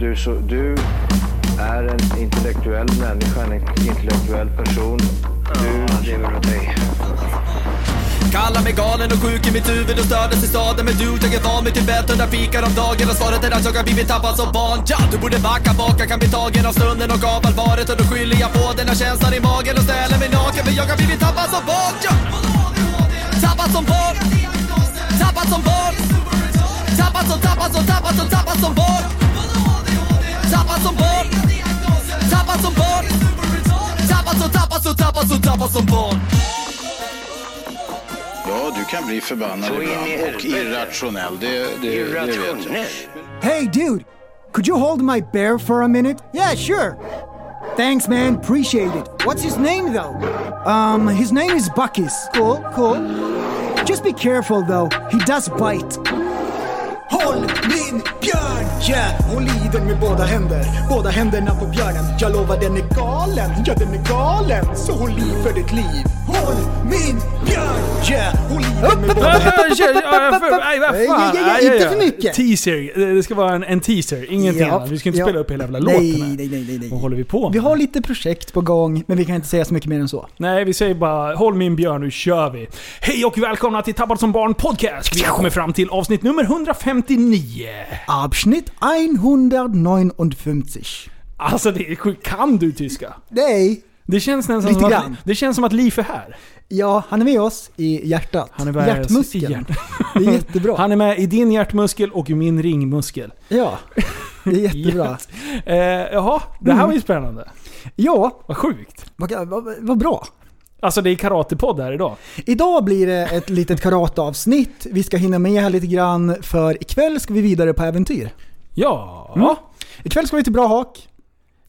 du, så, du är en intellektuell människa, en intellektuell person. Du lever av dig. Kallar mig galen och sjuk i mitt huvud och stördes i staden Men du, jag är van vid Tibet och där fikar om dagen Och svaret är att jag har blivit tappad som barn ja, Du borde backa bak, jag kan bli tagen av stunden och av allvaret Och då skyller jag på den här känslan i magen och ställer mig naken För jag har blivit tappad som barn ja. Tappad som barn Tappad som barn Tappad som, tappad som, tappad som, tappad som barn Tappad som barn Tappad som barn Tappad som, tappad som, tappad som, tappad som barn Ja, du kan bli förbannad Så in i ibland och helvete. irrationell. Det, det, det vet jag. Irrationell. Hey, dude, could you hold my bear for a minute? Yeah, sure. Thanks, man. Appreciate it. What's his name, though? Um, his name is Buckis. Cool, cool. Just be careful, though. He does bite. Håll min björn! Yeah, hon lider med båda händer. Båda händerna på björnen. Jag lovar den är galen. Ja, den är galen. Så hon lider för ditt liv. Håll min björn! Yeah, hon lider med båda händer. Nej, kör, ja, jag för- nej, vad Nej, fan. ja, ja, Nej, inte ja, för ja. mycket. Teaser. Eh, Det ska vara en, en teaser, ingenting Ja. annat. Vi ska inte Ja. spela upp hela jävla Nej, låten här. nej, nej, nej, nej. Vad håller vi på Vi med? har lite projekt på gång, men vi kan inte säga så mycket mer än så. Nej, vi säger bara håll min björn, nu kör vi. Hej och välkomna till Tappad som barn podcast. Vi har kommit fram till avsnitt nummer 159. Abschnitt 159. Alltså det är sjukt. Kan du tyska? Nej. Det känns nästan Lite som grann. att, Det känns som att Liv är här. Ja, han är med oss i hjärtat. Han är med oss i Hjärtmuskeln. hjärt- Det är jättebra. Han är med i din hjärtmuskel och i min ringmuskel. Ja, det är jättebra. Yes. Eh, jaha, det här var ju spännande. Ja, Vad sjukt. vad, vad, vad bra. Alltså det är karatepodd här idag. Idag blir det ett litet karateavsnitt. Vi ska hinna med här lite grann för ikväll ska vi vidare på äventyr. Ja. Mm. Ikväll ska vi till Brahak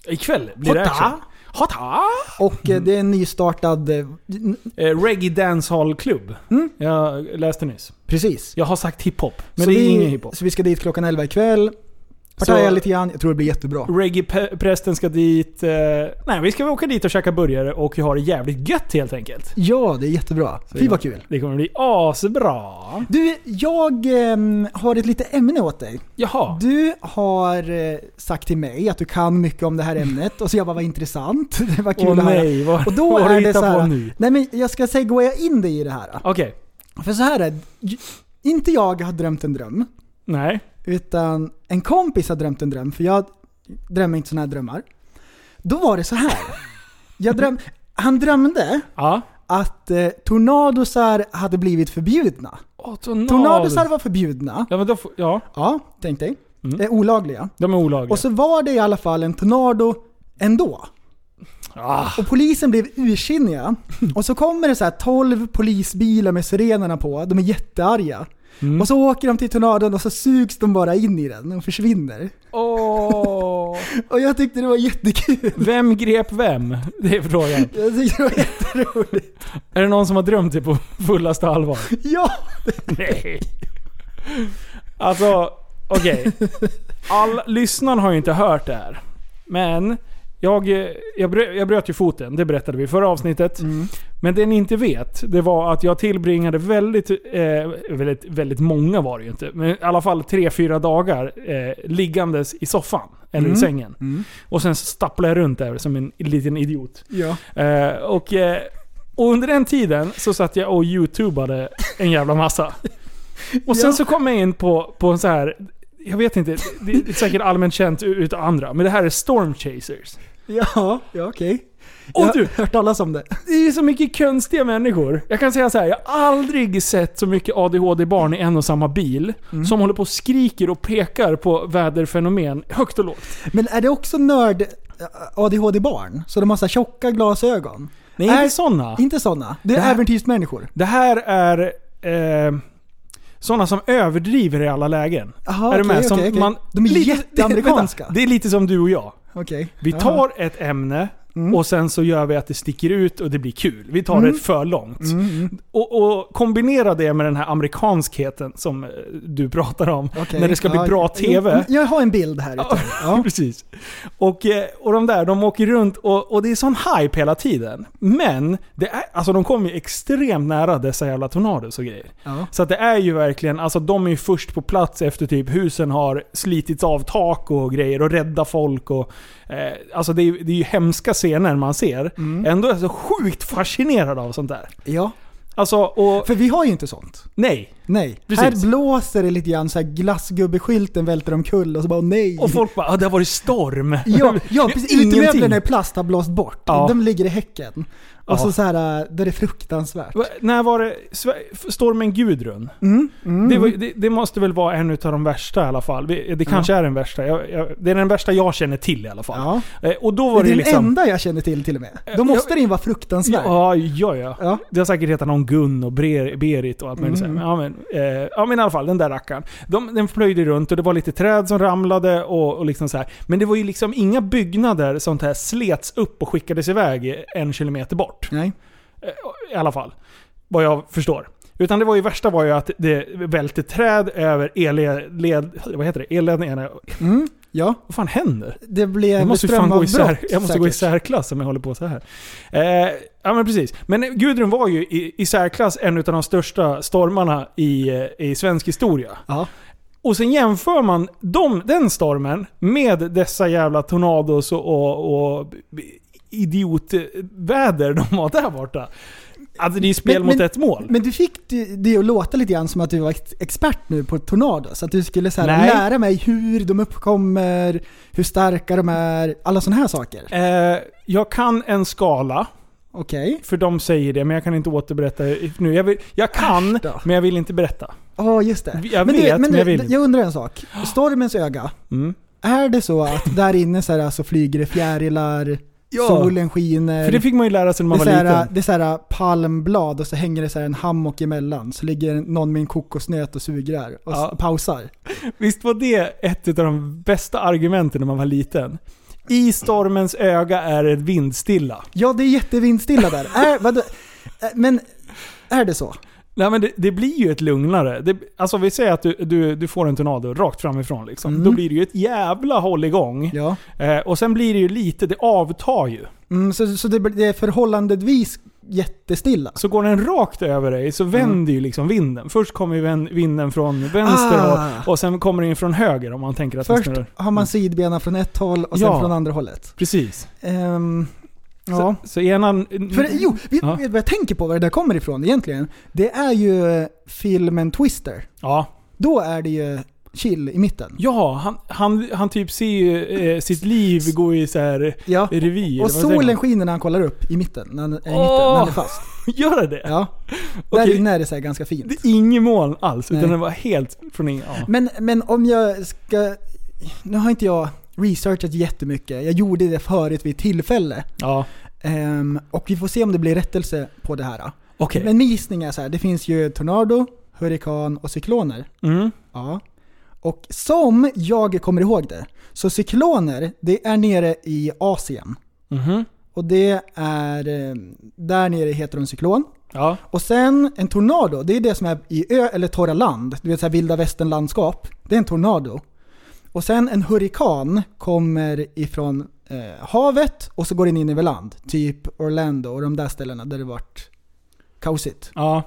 Ikväll blir det Hata. action. Hata! och Mm. eh, det är en nystartad... eh, n- Eh, reggae dancehall-klubb. Jag läste nyss. Precis. Jag har sagt hiphop, men Mm. Så det är vi, ingen hiphop. Så vi ska dit klockan 11 ikväll. Partaja lite grann. Jag tror det blir jättebra. Reggae-prästen ska dit. Eh, nej, vi ska åka dit och käka burgare och ha det jävligt gött helt enkelt. Ja, det är jättebra. Fy vad kul. Det kommer bli asbra. Du, jag ehm, har ett litet ämne åt dig. Jaha. Du har eh, sagt till mig att du kan mycket om det här ämnet och så jag bara vad intressant. Det var kul Åh att höra. nej, vad, Och då vad har är du det så hittat på här, nu? Nej men jag ska segwaya in dig i det här. Okej. För så här är det. J- Inte jag har drömt en dröm. Nej. Utan en kompis har drömt en dröm. För jag drömmer inte sådana här drömmar. Då var det så här. Jag dröm, han drömde Ja. att eh, tornadosar hade blivit förbjudna. Oh, tornado. Tornadosar var förbjudna. Ja, men då får, ja, Ja, tänk dig. Mm. Eh, olagliga. de är olagliga. Och så var det i alla fall en tornado ändå. ah, Och polisen blev ursinniga. Och så kommer det så här 12 polisbilar med sirenerna på. De är jättearga. Och så åker de till tornadon och så sugs de bara in i den och försvinner. åh. Och jag tyckte det var jättekul. Vem grep vem? Det är frågan. Jag tyckte det var jätteroligt. Är det någon som har drömt det på fullaste allvar? Ja! Nej. Alltså, okej. All Lyssnaren har ju inte hört det här. Men jag, eh, jag, brö- jag bröt ju foten, det berättade vi i förra avsnittet. Mm. Men det ni inte vet, det var att jag tillbringade väldigt, eh, väldigt, väldigt många var det ju inte, men i alla fall tre fyra dagar eh, liggandes i soffan. Eller i sängen. mm. Och sen stapplade jag runt där som en liten idiot. Ja. Eh, och, eh, och under den tiden så satt jag och youtubade en jävla massa. Och sen Ja. så kom jag in på, på en så här... Jag vet inte, det är säkert allmänt känt u- utav andra, men det här är Storm Chasers. Ja, ja okej. Och jag du, har hört talas om det. det är så mycket konstiga människor. Jag kan säga så här, jag har aldrig sett så mycket ADHD-barn i en och samma bil Mm. som håller på och skriker och pekar på väderfenomen högt och lågt. Men är det också nörd eh, ADHD-barn? Så de har så här tjocka glasögon? Nej, Är- inte sådana. Inte sådana. Det Det är här- äventyrsmänniskor. Det här är eh, sådana som överdriver i alla lägen. Jaha, är du okej, med? Som okej, okej. man- De är lite- jätteamerikanska. Det, vänta, det är lite som du och jag. Okej. Vi Ja. tar ett ämne Mm. Och sen så gör vi att det sticker ut och det blir kul. Vi tar det för långt. Mm, Och, och kombinera det med den här amerikanskheten som eh, du pratar om. Okej. När det ska bli Ja, bra jo, mm. TV. Jag, har en bild här. utav- Ja. Precis. Och, eh, och de där, de åker runt och, och det är sån hype hela tiden. Men, det är, alltså de kommer ju extremt nära dessa jävla tornados och grejer. Ja. Så att det är ju verkligen, alltså de är ju först på plats efter typ husen har slitits av tak och grejer och rädda folk och... Eh, alltså det är, ju- det är ju hemska scener man ser. Mm. Ändå är jag så sjukt fascinerad av sånt där. ja. Alltså, och... För vi har ju inte sånt. nej. Nej. Precis. Här blåser det lite grann så här glassgubbeskylten välter omkull och så bara nej. Och folk bara ah, det har varit storm. Ja, ja Det är precis. ingenting. Utemöblerna i plast har blåst bort. Ja. De ligger i häcken. Och Ja. så, så här, äh, då är det fruktansvärt. Va- När var det? Sve- Stormen Gudrun? Mm, Det, var, det, det måste väl vara en av de värsta i alla fall. Vi- Det kanske är den värsta. Jag, jag, det är den värsta jag känner till i alla fall. Ja. Eh, Och då Det är var det, den liksom... enda jag känner till till och med. Då jag- måste den ju vara fruktansvärd. Ja, Alltså, ja, ja. Ja. Det har säkert hetat någon Gun och Bre- Berit och allt möjligt. Mm. Ja, men, eh, ja men i alla fall, den där rackaren. De, den flöjde runt och det var lite träd som ramlade och, och liksom så här. Men det var ju liksom inga byggnader som här slets upp och skickades iväg en kilometer bort. Eh, Nej. i alla fall. Vad jag förstår. Utan det var ju värsta var ju att det välte träd över elled... led- Vad heter det? Elledningarna. Ja, Vad fan händer? det blev Jag måste ju fan gå strömavbrott isär, jag måste gå i säkert. särklass om jag håller på så här. Eh, ja men precis. Men Gudrun var ju i, i särklass en av de största stormarna i, eh, i svensk historia. Ja. Och sen jämför man dem, den stormen med dessa jävla tornados och, och, och idiotväder de har där borta. Alltså det är ju spel Men- mot men- ett mål. Men du fick det- det att låta lite grann som att du var ex- expert nu på tornado. Så att du skulle så här, Nej. lära mig hur de uppkommer, hur starka de är, alla sådana här saker. Eh, jag kan en skala, Okej. för de säger det, men jag kan inte återberätta i- nu. Jag, vill, jag kan, Äsch då. men jag vill inte berätta. Ja, just det. Jag vet, men jag vill inte. jag undrar en sak. Stormens öga. Mm. Är det så att där inne så, här, så flyger det fjärilar, solen skiner? För det fick man ju lära sig när man det är, var så här, liten. det är så här palmblad och så hänger det så här en hammock emellan. Så ligger någon med en kokosnöt och sugrör och Ja. s- pausar. Visst var det ett av de bästa argumenten när man var liten? I stormens öga är det vindstilla. Ja, det är jättevindstilla där. är, vadå? Äh, Men är det så? Nej men det, det blir ju ett lugnare. Det, alltså vi säger att du, du, du får en tornado rakt framifrån liksom. Mm. Då blir det ju ett jävla hålligång. Ja. Eh, och sen blir det ju lite, det avtar ju. Mm, så så det, blir- det är förhållandevis jättestilla? Så går den rakt över dig Mm. så vänder ju liksom vinden. Först kommer ju vän- vinden från vänster Ah. och, och sen kommer den in från höger om man tänker att den Först snurrar. har man sidbena från ett håll och sen Mm. Ja. från andra hållet. Precis. Ehm, ja. Så, så ena... För jo, vi, Ja. vet du vad jag tänker på var det där kommer ifrån egentligen? Det är ju eh, filmen Twister. Ja, Då är det ju chill i mitten. Ja, han, han, han typ ser ju eh, sitt liv gå i så här Ja. revir. Och Vad säger solen man? skiner när han kollar upp i mitten, när han är, i mitten, när Åh! han är fast. Gör det? Ja. Där Okej. inne är det så här ganska fint. Det är inget moln alls, Nej. utan det var helt från ingen... Ja. Men, men om jag ska... Nu har inte jag researchat jättemycket. Jag gjorde det förut vid ett tillfälle. ja. Ehm, och vi får se om det blir rättelse på det här. Okej. Men min gissning är så här, det finns ju tornado, hurrikan och cykloner. Mm. Ja. Och som jag kommer ihåg det, så cykloner, det är nere i Asien. Mhm. Och det är... eh, Där nere heter de cyklon. Ja. Och sen en tornado, det är det som är i ö eller torra land. Du vet så här vilda västern-landskap. Det är en tornado. Och sen en hurrikan kommer ifrån eh, havet och så går den in över land. Typ Orlando och de där ställena där det vart kaosigt. Ja.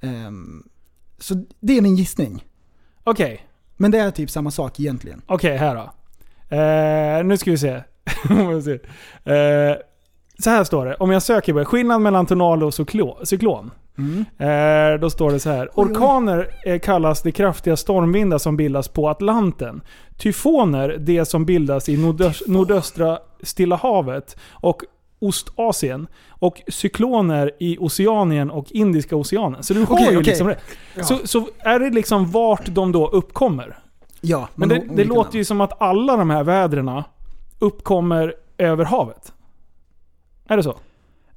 Ehm, så det är min gissning. Okej. Men det är typ samma sak egentligen. Okej, här då. Eh, nu ska vi se. Vad ser jag? eh, så här står det. Om jag söker på skillnad mellan tornado och cyklo- cyklon. Eh, då står det så här. oj. Orkaner eh, kallas de kraftiga stormvindar som bildas på Atlanten. Tyfoner det som bildas i nordös- nordöstra Stilla havet och Ostasien. Och cykloner i Oceanien och Indiska oceanen. Så du har Okej, ju okej. liksom det. Så, så är det liksom vart de då uppkommer? Ja, man Men det, har det olika låter namn. ju som att alla de här vädrena uppkommer över havet. Är det så?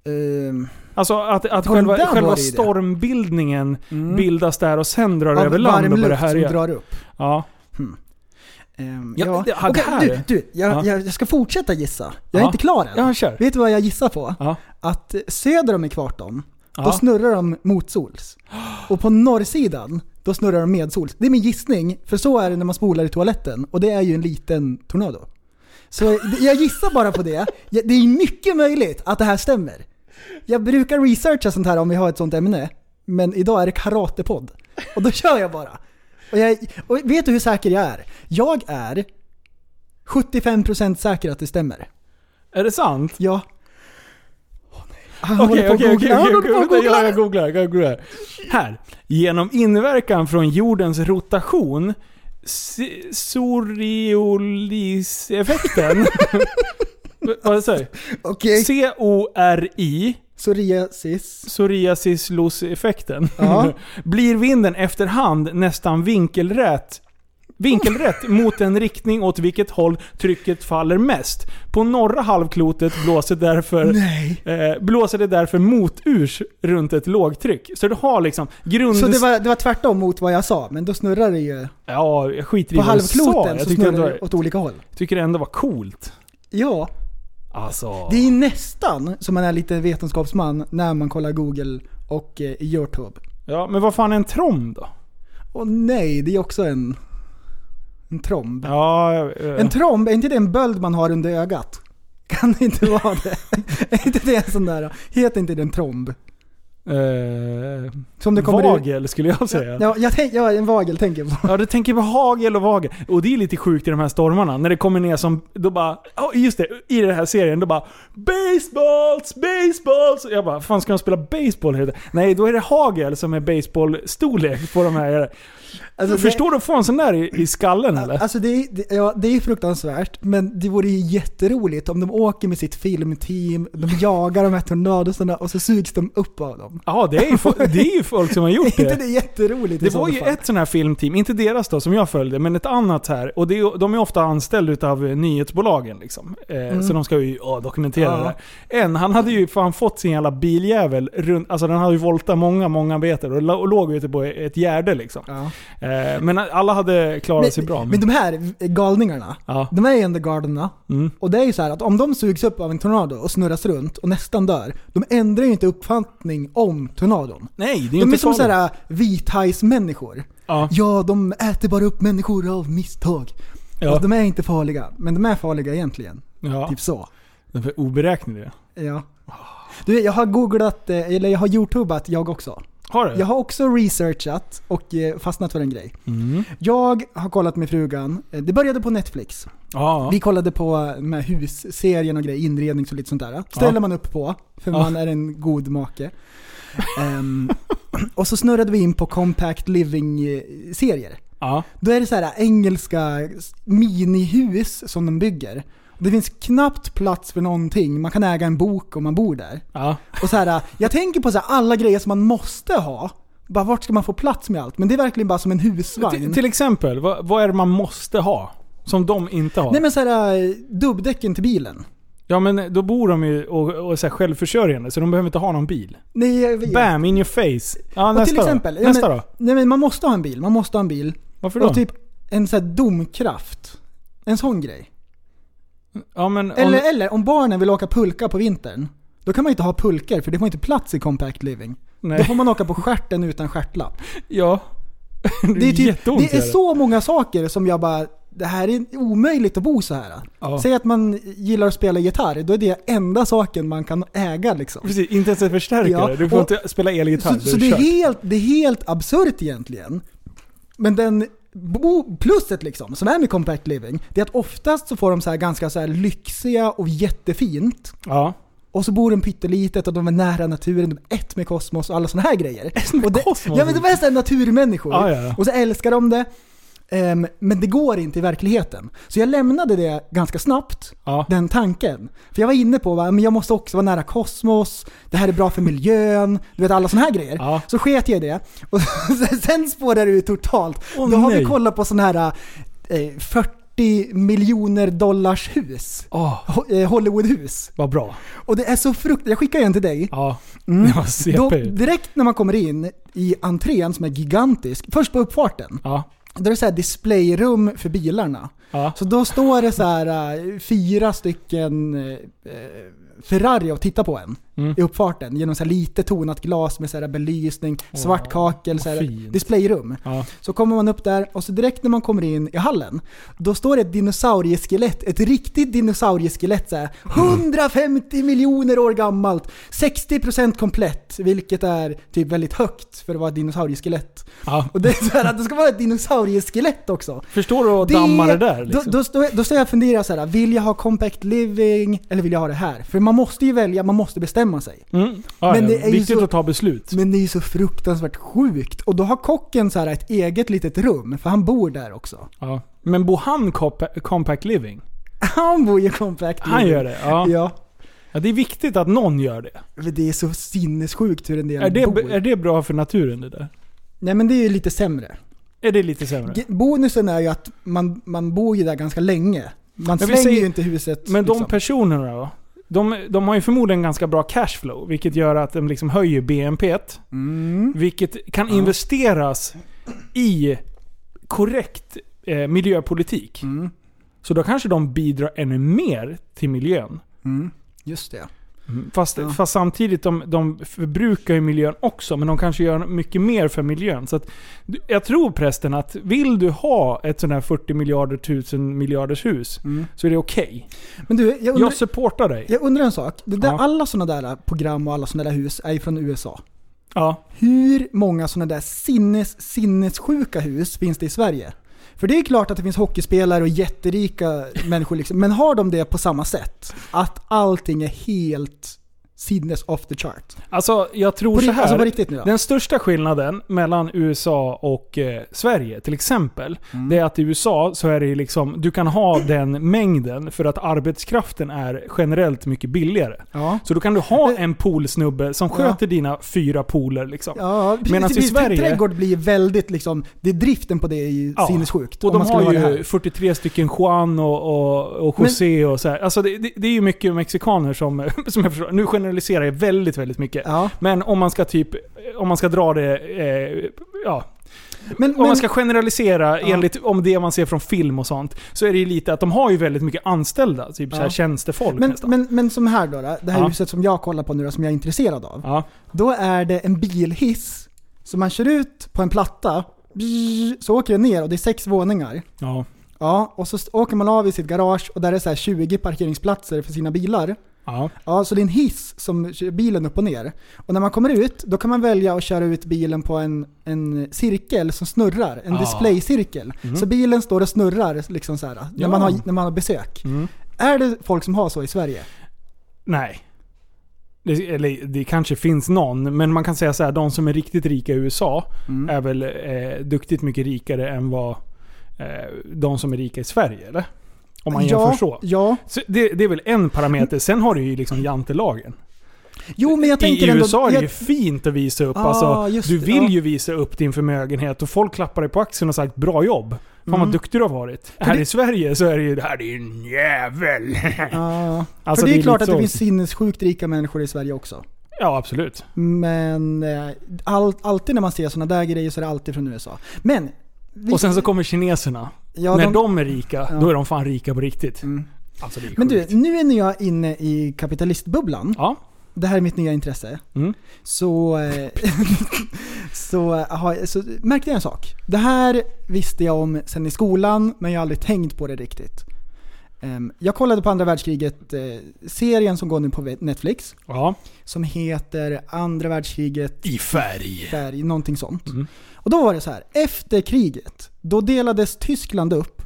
Ehm, Alltså att, att Ja, men själva, där var själva det ju det. stormbildningen bildas där och sen drar Mm. det av Mm. över land och varm börjar luft som härja. drar upp. Ja. Ehm, Ja, ja. det- ja, det Okej, här är- du, du jag, Ja. jag, jag ska fortsätta gissa. Jag är Ja. inte klar än. Ja, kör. Vet du vad jag gissar på? Ja. Att söder om ekvatorn, då Ja. snurrar de motsols. Och på norrsidan, då snurrar de medsols. Det är min gissning, för så är det när man spolar i toaletten. Och det är ju en liten tornado. Så jag- jag gissar bara på det. Jag- Det är mycket möjligt att det här stämmer. Jag brukar researcha sånt här om vi har ett sånt ämne. Men idag är det karatepodd. Och då kör jag bara. Och, jag, och vet du hur säker jag är? Jag är 75% säker att det stämmer. Är det sant? Ja. Han Okej, okej, okej. Han håller okej, på okej. att Vänta, googla. Jag jag googlar, jag googlar. Här. Genom inverkan från jordens rotation, si- Corioliseffekten. Vad- Vad sa jag? Okej. C-O-R-I, Psoriasis. psoriasislos-effekten, Ja. blir vinden efterhand nästan vinkelrätt Vinkelrätt mot den riktning åt vilket håll trycket faller mest. På norra halvklotet blåser därför Nej. Eh, blåser det därför moturs runt ett lågtryck. Så du har liksom grund... Så det var, det var tvärtom mot vad jag sa, men då snurrar det ju. Ja, jag skiter i På vad jag sa. halvkloten Jag så tyckte, snurrar ändå, det åt olika håll. tycker det ändå var coolt. Ja, Alltså... det är nästan som man är lite vetenskapsman när man kollar Google och eh, Youtube. Ja, men vad fan är en trom då? Och nej, det är också en... En tromb. Ja, eh, En tromb, är inte det en böld man har under ögat? Kan det inte vara det? är inte det en sån där... Heter inte det en tromb? eh, Som det kommer ur... vagel skulle jag säga. Ja, Ja, jag tänk, ja, en vagel tänker jag på. du tänker på hagel och vagel. Och det är lite sjukt i de här stormarna. När det kommer ner som... Då bara... Ja, just det. I den här serien, då bara... Baseballs! Baseballs! Jag bara, fan ska de spela baseball? hela tiden?" Nej, då är det hagel som är baseballstorlek på de här... Alltså, det- Förstår du att få en sån där i, i skallen eller? Alltså det, är- det, ja, det är fruktansvärt, men det vore ju jätteroligt om de åker med sitt filmteam, de jagar de här tornadosarna och så sugs de upp av dem. Ja, det är, ju, fo- det är ju folk som har gjort Är inte det det. jätteroligt i Det så var ju fall? ett sån här filmteam, inte deras då som jag följde, men ett annat här. Och det, är- de är ofta anställda utav eh, nyhetsbolagen liksom. Eh, Så de ska ju ja, dokumentera Mm. Ja. det där. En, han hade ju fan fått sin jävla biljävel runt, alltså den hade ju voltat många, många meter och, lo- och låg ute på ett gärde liksom. Ja. Eh, men alla hade klarat sig bra. Men, men de här galningarna, ja. de är ju undergarderna. Mm. Och det är ju så här att om de sugs upp av en tornado och snurras runt och nästan dör, de ändrar ju inte uppfattning om tornadon. Nej, det är ju De inte är som farligt. sådana vithajsmänniskor. Ja. Ja, de äter bara upp människor av misstag. Ja. Och de är inte farliga, men de är farliga egentligen. Ja. Typ så. De är för oberäkneliga. Ja. Du, jag har googlat, eh, eller jag har youtubat jag också. Har du? Jag har också researchat och eh, fastnat för en grej. Mm. Jag har kollat med frugan, eh, det började på Netflix. Ja. Vi kollade på eh, med husserien och grejer, inredning och lite sånt där. Ställer man upp på, för Ja. man är en god make. Ehm, och så snurrade vi in på compact eh, living-serier. ja. Då är det så här engelska minihus som de bygger. Det finns knappt plats för någonting, man kan äga en bok om man bor där. ja. Och så här, jag tänker på så här, alla grejer som man måste ha. Bara vart ska man få plats med allt? Men det är verkligen bara som en husvagn. Till, till exempel, vad, vad är det man måste ha? Som de inte har? Nej men så här, eh, dubbdäcken till bilen. Ja men då bor de ju och, och så här självförsörjande så de behöver inte ha någon bil. Nej, jag vet. Bam, in your face. Ja, Och nästa till exempel, då. ja, Nästa men, då. Nej men man måste ha en bil, man måste ha en bil. Varför då? Och typ en så här domkraft. En sån grej. ja, men, om, Eller, eller om barnen vill åka pulka på vintern. Då kan man inte ha pulkor för det får inte plats i compact living. Då nej. får man åka på stjärten utan stjärtlapp. Ja. Det är, typ, jätteont det är gör det. så många saker som jag bara, det här är omöjligt att bo så här. Ja. Säg att man gillar att spela gitarr, då är det enda saken man kan äga liksom. Precis, inte ens en förstärkare. Ja, du får och- inte spela elgitarr. Så, du så det, är kört. helt, det är helt absurt egentligen. Men den bo- plusset liksom, som är med compact living, det är att oftast så får de så här ganska så här lyxiga och jättefint. Ja. Och så bor de pyttelitet och de är nära naturen, de är ett med kosmos och alla sådana här grejer. med och det, kosmos? Ah, Ja men de är såhär naturmänniskor. Ja, ja, ja. Och så älskar de det. Ehm, men det går inte i verkligheten. Så jag lämnade det ganska snabbt, Ja. den tanken. För jag var inne på att jag måste också vara nära kosmos, det här är bra för miljön, du vet alla sådana här grejer. Ja. Så sket jag i det. Och sen spårar det ut totalt. Åh, Då har nej. vi kollat på sådana här eh, 40 miljoner dollars hus. Åh, Ho- eh, Hollywoodhus. vad bra. Och det är så frukt... Jag skickar en till dig. Ja. Mm. Ja, CP. Då, direkt när man kommer in i entrén som är gigantisk, först på uppfarten, Ja. Då är det så här displayrum för bilarna. Ja. Så då står det så här eh, fyra stycken eh, Ferrari och tittar på en Mm. i uppfarten. Genom så här lite tonat glas med så här belysning, svart kakel, så här fint. displayrum. Ja. Så kommer man upp där och så direkt när man kommer in i hallen, då står det ett dinosaurieskelett, ett riktigt dinosaurieskelett så här, 150 miljoner år gammalt, 60% komplett, vilket är typ väldigt högt för att vara ett dinosaurieskelett. Ja. Och det är så här, att det ska vara ett dinosaurieskelett också. Förstår du att damma det där då, liksom? då, står jag- då står jag och funderar så här, vill jag ha compact living eller vill jag ha det här? För man måste ju välja, man måste bestämma sig. Mm. Ja, Men ja. det är ju Viktigt så- att ta beslut. Men det är ju så fruktansvärt sjukt. Och då har kocken så här ett eget litet rum, för han bor där också. Ja. Men bor han compa- compact living? Han bor ju compact Han living. gör det? Ja. Ja. ja. Det är viktigt att någon gör det. Men det är så sinnessjukt hur en del Är det, bor. är det bra för naturen det där? Nej men det är ju lite sämre. Är det lite sämre? Ge- Bonusen är ju att man, man bor ju där ganska länge. Man Men vi slänger säger- ju inte huset. Men de liksom. personerna då? De, de har ju förmodligen ganska bra cashflow, vilket gör att de liksom höjer BNP. t, Mm. Vilket kan investeras i korrekt eh, miljöpolitik. Mm. Så då kanske de bidrar ännu mer till miljön. Just det. Fast, Mm. Ja. fast samtidigt, de, de förbrukar ju miljön också, men de kanske gör mycket mer för miljön. Så att, du- jag tror prästen att vill du ha ett sånt här 40 miljarder, 1000 miljarders hus, Mm. så är det okej. Men du, jag undrar, Jag supportar dig. jag undrar en sak. Det där, Ja. Alla sådana där program och alla sådana där hus är ju från USA. Ja. Hur många sådana där sinnes, sinnessjuka hus finns det i Sverige? För det är klart att det finns hockeyspelare och jätterika människor, liksom, men har de det på samma sätt? Att allting är helt sinnes off the chart? Alltså jag tror På så ri- här. alltså på riktigt nu då? Den största skillnaden mellan USA och eh, Sverige till exempel, Mm. det är att i USA så är det ju liksom, du kan ha den mängden för att arbetskraften är generellt mycket billigare. Ja. Så då kan du ha en poolsnubbe som sköter dina fyra pooler liksom. Ja, Medan i precis. Sverige- Trädgård blir väldigt liksom, det är driften på det är ju Ja. sinnessjukt. Och om de man skulle har ha det ju här. 43 stycken Juan och, och, och José och så här. Alltså det, det, det är ju mycket mexikaner som, som jag förstår. Nu generaliserar jag väldigt, väldigt mycket. Ja. Men om man ska typ, om man ska dra det, eh, ja, Men, Om man men- ska generalisera Ja. enligt om det man ser från film och sånt, så är det ju lite att de har ju väldigt mycket anställda, typ så här Ja. tjänstefolk men, nästan. men, men som här då, då det här Ja. huset som jag kollar på nu då, som jag är intresserad av. ja. Då är det en bilhiss som man kör ut på en platta, bzzz, så åker den ner och det är sex våningar. Ja. Ja, och så st- åker man av i sitt garage och där är så här 20 parkeringsplatser för sina bilar. Ja. Ja, så det är en hiss som kör bilen upp och ner. Och när man kommer ut, då kan man välja att köra ut bilen på en, en cirkel som snurrar. En Ah. Mhm. displaycirkel. Så bilen står och snurrar liksom så här, när, Ja. man har, när man har besök. Mm. Är det folk som har så i Sverige? Nej. Det, eller det kanske finns någon, men man kan säga så här, de som är riktigt rika i USA Mm. är väl eh, duktigt mycket rikare än vad eh, de som är rika i Sverige, eller? Om man ja, jämför så. Ja. så det, det är väl en parameter. Sen har du ju liksom jantelagen. Jo, men jag tänker I ändå... USA är det jag, ju fint att visa upp. Ah, alltså, just du det, vill ja. ju visa upp din förmögenhet och folk klappar dig på axeln och sagt “Bra jobb”. Fan vad duktig du har varit. här Mm. det- i Sverige så är det ju “Det här är ju en jävel”. Ja. Alltså, för det det är är klart lite att det så. finns sinnessjukt rika människor i Sverige också. ja, absolut. Men eh, all, alltid när man ser sådana där grejer så är det alltid från USA. Men... vi- Och sen så kommer kineserna. ja, När de- de, är rika, Ja. Mm. då är de fan rika på riktigt. Alltså det är Men du, sjukt. nu är när jag inne i kapitalistbubblan. Ja. Det här är mitt nya intresse. Mm. Så, eh, så, har, så märkte jag en sak. Det här visste jag om sen i skolan, men jag har aldrig tänkt på det riktigt. Ehm, Jag kollade på andra världskriget-serien som går nu på Netflix. ja. Som heter Andra världskriget I färg. färg, någonting sånt. Mm. Och då var det så här, efter kriget, då delades Tyskland upp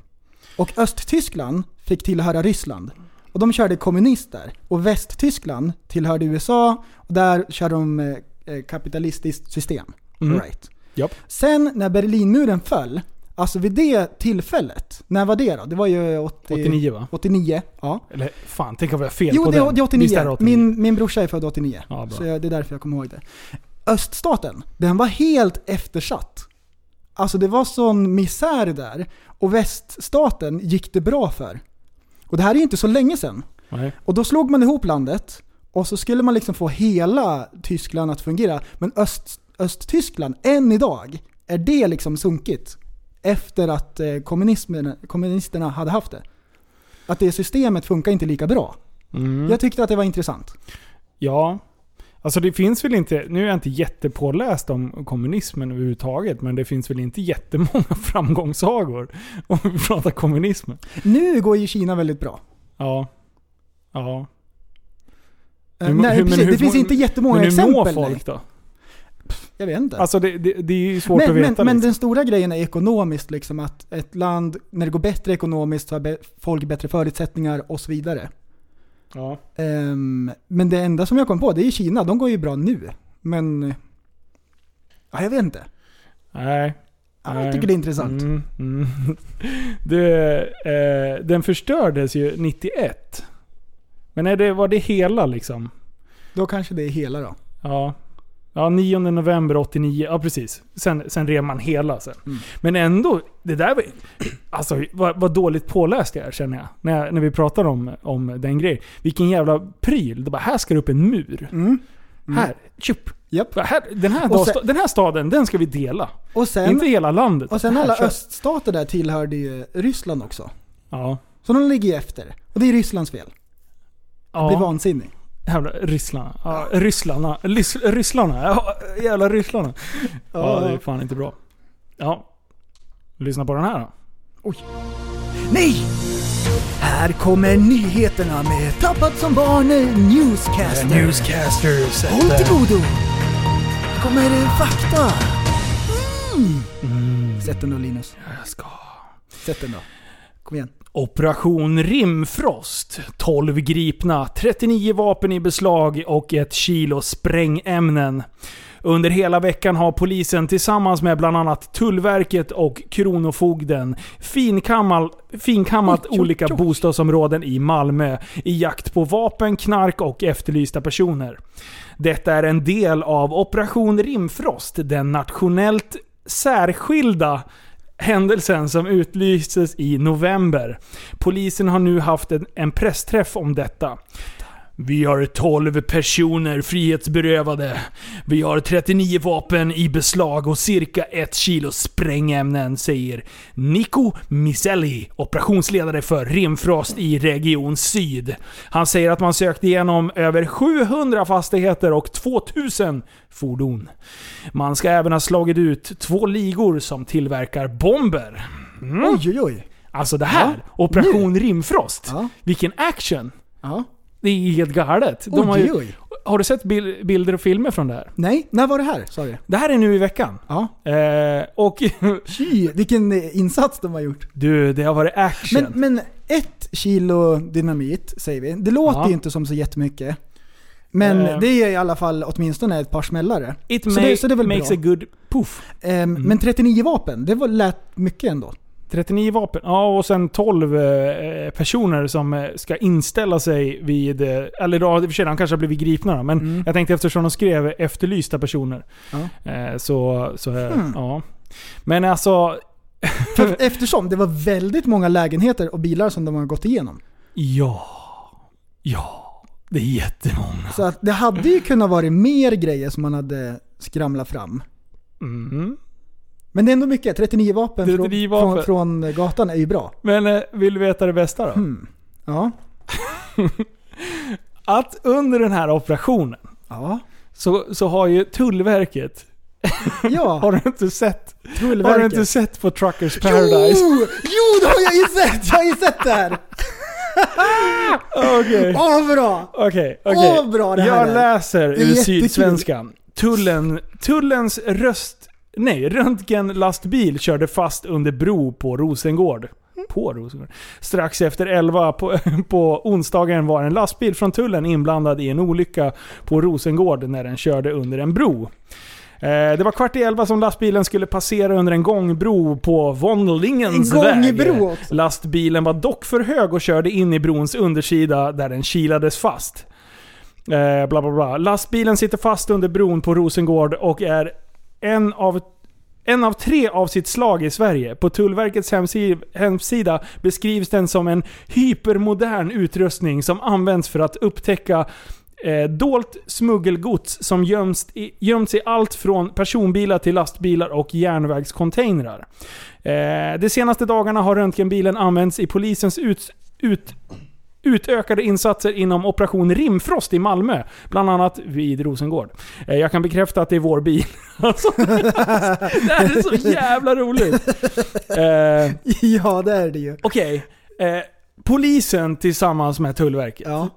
och Östtyskland fick tillhöra Ryssland. Och de körde kommunister. Och Västtyskland tillhörde USA och där körde de eh, eh, kapitalistiskt system. Mm. Right. Japp. Sen när Berlinmuren föll, alltså vid det tillfället, när var det då? Det var ju 80, 89 va? 89, ja. Eller fan, tänk om vi har fel Jo, på det den. är Visst 89. är det 89? Min, min brorsa är född 89. Ja, bra. så jag, det är därför jag kommer ihåg det. Öststaten, den var helt eftersatt. Alltså det var sån misär där. Och väststaten gick det bra för. Och det här är ju inte så länge sedan. Nej. Och då slog man ihop landet och så skulle man liksom få hela Tyskland att fungera. Men Öst, Östtyskland, än idag, är det liksom sunkigt. efter att eh, kommunismen, kommunisterna hade haft det. Att det systemet funkar inte lika bra. Mm. Jag tyckte att det var intressant. Ja. Alltså det finns väl inte, nu är jag inte jättepåläst om kommunismen överhuvudtaget, men det finns väl inte jättemånga framgångssagor om vi pratar kommunismen. Nu går ju Kina väldigt bra. Ja. Ja. Eh, Hur må- Nej, hur- men precis, hur det finns må- inte jättemånga Men hur exempel. mår nej. folk då? Jag vet inte. Alltså det, det, det är ju svårt men, att veta. men, men liksom. den stora grejen är ekonomiskt, liksom att ett land, när det går bättre ekonomiskt så har be- folk bättre förutsättningar och så vidare. ja. Ehm, men det enda som jag kom på, det är ju Kina. De går ju bra nu. Men... Ja, jag vet inte. Nej. Ja, Nej. jag tycker det är intressant. Mm, mm. Det, eh, den förstördes ju 91. Men är det, var det hela liksom? Då kanske det är hela då. Ja. Ja, 9 november 89. Ja, precis. Sen, sen rev man hela sen. Mm. Men ändå, det där var... Alltså, vad, vad dåligt påläst jag är känner jag. När, när vi pratar om, om den grejen. Vilken jävla pryl. Det bara, här ska det upp en mur. Mm. Här, tjup. Japp. Bara, Här, den, här Och dag- sen- den här staden, den ska vi dela. Och sen, Inte hela landet. och sen Här, alla kör. öststater där tillhörde ju Ryssland också. Ja. Så de ligger ju efter. Och det är Rysslands fel. Ja. Blir vansinnig. Jävla rysslarna. Ja, rysslarna. Lys, rysslarna. Ja, jävla rysslarna. Ja, det är fan inte bra. Ja. Lyssna på den här då. Nej! Här kommer nyheterna med Tappat som barn eh, Newscaster. newscasters. Håll till godo! Här kommer eh, fakta. Mm. Mm. Mm. Sätt den då Linus. Jag ska. Sätt den då. Kom igen. Operation Rimfrost. 12 gripna, 39 vapen i beslag och ett kilo sprängämnen. Under hela veckan har polisen tillsammans med bland annat Tullverket och Kronofogden finkammal, finkammat olika bostadsområden i Malmö i jakt på vapen, knark och efterlysta personer. Detta är en del av Operation Rimfrost, den nationellt särskilda händelsen som utlystes i november. Polisen har nu haft en, en pressträff om detta. Vi har 12 personer frihetsberövade. Vi har 39 vapen i beslag och cirka ett kilo sprängämnen, säger Nico Miselli, operationsledare för Rimfrost i Region Syd. Han säger att man sökt igenom över 700 fastigheter och 2000 fordon. Man ska även ha slagit ut två ligor som tillverkar bomber. Mm. Oj, oj, oj. Alltså det här, Operation Rimfrost. Ja. Vilken action! Ja. Det är helt galet. De har, Oj, ju, oj. har du sett bil, bilder och filmer från det här? Nej, när var det här? Sa du? Det här är nu i veckan. Ja. Eh, och Fy, vilken eh, insats de har gjort. du, det har varit action. Men, men ett kilo dynamit säger vi. Det låter Ja. ju inte som så jättemycket. Men Eh. det är i alla fall åtminstone ett par smällare. It så det- may, så det är väl makes bra. a good poof. Ehm, Men 39 vapen, det var, lät mycket ändå. 39 vapen. Ja, och sen 12 eh, personer som eh, ska inställa sig vid... Eh, eller då, i och för sig, han kanske har blivit gripna då, Men jag tänkte eftersom de skrev efterlysta personer. Ja. Eh, så... så eh, ja. Men alltså... För, eftersom det var väldigt många lägenheter och bilar som de har gått igenom. Ja. Ja. Det är jättemånga. Så att det hade ju kunnat vara mer grejer som man hade skramlat fram. Mm. Men det är ändå mycket. 39 vapen, från, 39 vapen. Från, från gatan är ju bra. Mm. Men eh, vill du veta det bästa då? Ja. Att under den här operationen Ja. så, så har ju Tullverket, Ja, har du inte sett? Har du Tullverket. inte sett på Truckers Paradise? Jo! jo, det har jag ju sett! Jag har ju sett det här! Ah, Okej, Åh, vad bra! okej. Åh, vad bra det här Jag är. läser är ur jättekul. Sydsvenskan. Tullen, tullens röst... Nej, röntgenlastbil körde fast under bro på Rosengård. På Rosengård. Strax efter 11 på, på onsdagen var en lastbil från tullen inblandad i en olycka på Rosengård när den körde under en bro. Eh, Det var kvart i elva som lastbilen skulle passera under en gångbro på Vonlingens En väg. gångbro också. Lastbilen var dock för hög och körde in i brons undersida där den kilades fast. Eh, bla bla bla. Lastbilen sitter fast under bron på Rosengård och är en av, en av tre av sitt slag i Sverige. På Tullverkets hemsi- hemsida beskrivs den som en hypermodern utrustning som används för att upptäcka eh, dolt smuggelgods som göms i, gömts i allt från personbilar till lastbilar och järnvägscontainrar. Eh, de senaste dagarna har röntgenbilen använts i polisens ut, ut, utökade insatser inom Operation Rimfrost i Malmö. Bland annat vid Rosengård. Eh, jag kan bekräfta att det är vår bil. Alltså, det här är så jävla roligt. Eh, ja, det är det ju. Okej. Eh, polisen tillsammans med Tullverket. Ja.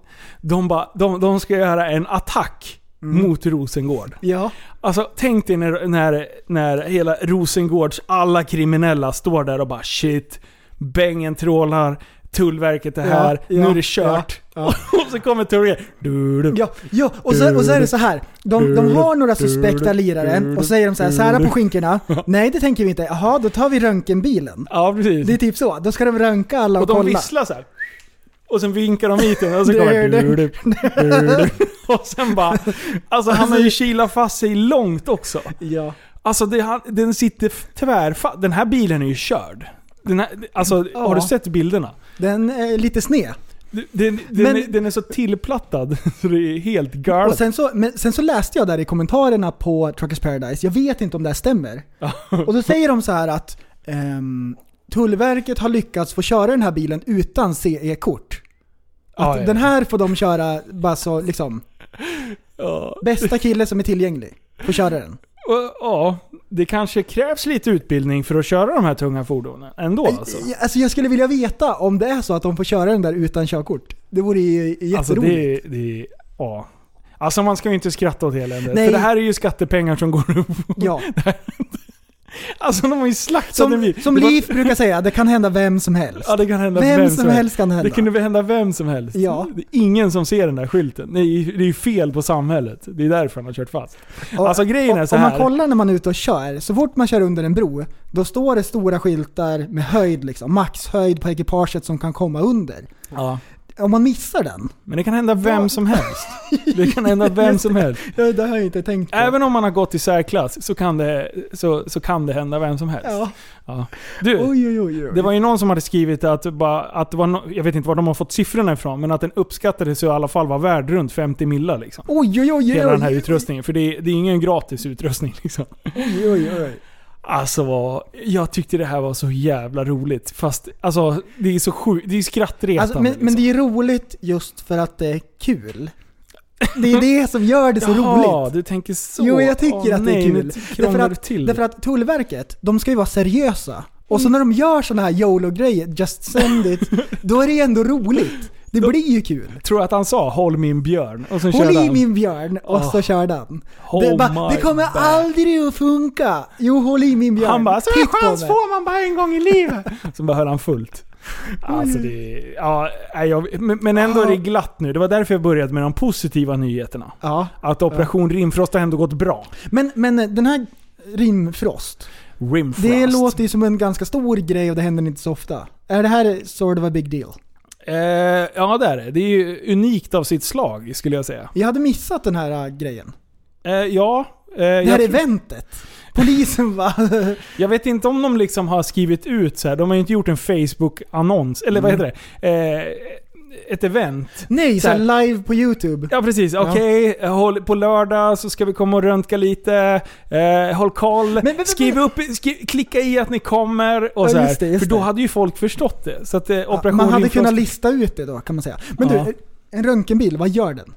De, bara, de, de ska göra en attack Mm. mot Rosengård. Ja. Alltså tänk dig när, när, när hela Rosengårds alla kriminella står där och bara shit, bängen trålar, Tullverket är Ja, här, nu ja, är det kört. ja, Och så kommer Tullverket. Du, du. Ja, ja och, så, och så är det så här. De, de har några suspekta lirare och säger de så här, sära på skinkorna. Nej, det tänker vi inte. Jaha, då tar vi röntgenbilen. Ja, precis. Det är typ så. Då ska de röntga alla och, och de kolla. visslar så här. Och sen vinkar de hit den och så Du, kommer du. du, du, du. Och sen bara... Alltså han har ju kilat fast sig långt också. Ja. Alltså det, han, den sitter f- tvärfast. Den här bilen är ju körd. Den här, alltså, Ja. Har du sett bilderna? Den är lite sned. Den, den, den, Men- är, den är så tillplattad så det är helt galet. Och sen så, men sen så läste jag där i kommentarerna på Truckers Paradise, jag vet inte om det här stämmer. Och då säger de så här att ehm, Tullverket har lyckats få köra den här bilen utan CE-kort. Ja, Att ja. den här får de köra, bara så liksom, ja. bästa kille som är tillgänglig får köra den. Och, ja, det kanske krävs lite utbildning för att köra de här tunga fordonen ändå alltså. Jag- Alltså jag skulle vilja veta om det är så att de får köra den där utan körkort. Det vore ju jätteroligt. Alltså det, det ja. Alltså man ska ju inte skratta åt eländet. Nej. För det här är ju skattepengar som går upp. Ja. Alltså de har ju slaktat en Som, bil. som Det var- Liv brukar säga, det kan hända vem som helst. Ja det kan hända Vem som helst kan det hända. Det kunde väl hända vem som helst. Ja. Det är ingen som ser den där skylten. Det är ju det är ju fel på samhället. Det är därför han har kört fast. Alltså grejen är så Om man här. kollar när man är ute och kör, så fort man kör under en bro, då står det stora skyltar med höjd, liksom, maxhöjd på ekipaget som kan komma under. Ja. Om man missar den, Men det kan hända vem som helst. Det kan hända vem som helst. det, det har jag inte tänkt på. Även om man har gått i särklass så kan det, så, så kan det hända vem som helst. ja. Ja. Du, Oj, oj, oj, oj. Det var ju någon som hade skrivit att, bara, att det var no, jag vet inte var de har fått siffrorna ifrån, men att den uppskattades i alla fall vara värd runt 50 millar liksom. Oj, oj, oj, oj, Hela den här oj, utrustningen, för det, är- det är ingen gratis utrustning liksom. oj, oj, oj. Alltså vad, jag tyckte det här var så jävla roligt. Fast alltså, det är så sjukt, det är skrattretande. Alltså, men, liksom. men det är roligt just för att det är kul. Det är det som gör det så Jaha, roligt. du tänker så. Jo, jag tycker Åh, att det är nej, kul. nu krånglar Därför du att- till. Mm. Därför att Tullverket, de ska ju vara seriösa. Och så när de gör sådana här YOLO-grejer, just send it, då är det ändå roligt. Det blir ju kul. Tror du att han sa 'Håll min björn' och sen Håll körde i han min björn och så Oh. kör den. Oh det, bara, my det kommer back." aldrig att funka. Jo, håll i min björn. Han bara 'Så en Titt på chans mig." får man bara en gång i livet' Sen bara höll han fullt. Alltså det... Ja, nej, jag, men men ändå är det glatt nu. Det var därför jag började med de positiva nyheterna. Ja. Att Operation Rimfrost har ändå gått bra. Men, men den här Rimfrost, Rimfrost. det låter ju som en ganska stor grej och det händer inte så ofta. Är det här sort of a big deal? Eh, ja, det är det. Det är ju unikt av sitt slag, skulle jag säga. Jag hade missat den här äh, grejen. Eh, ja. eh, Det här jag, tror- eventet. Polisen bara... jag vet inte om de liksom har skrivit ut så här. De har ju inte gjort en Facebook-annons. Eller vad heter det? Eh, ett event. Nej, Så så här- live på YouTube. Ja precis, okej. håll- På lördag så ska vi komma och röntga lite. Eh, håll koll. men, men, Skriv upp, skri, klicka i att ni kommer. Och Ja, så här. just det, just För då det. hade ju folk förstått det. Så att, eh, Ja, operation man hade Rimfrost- kunnat lista ut det då kan man säga. Men Ja. du, eh, en röntgenbil, vad gör den?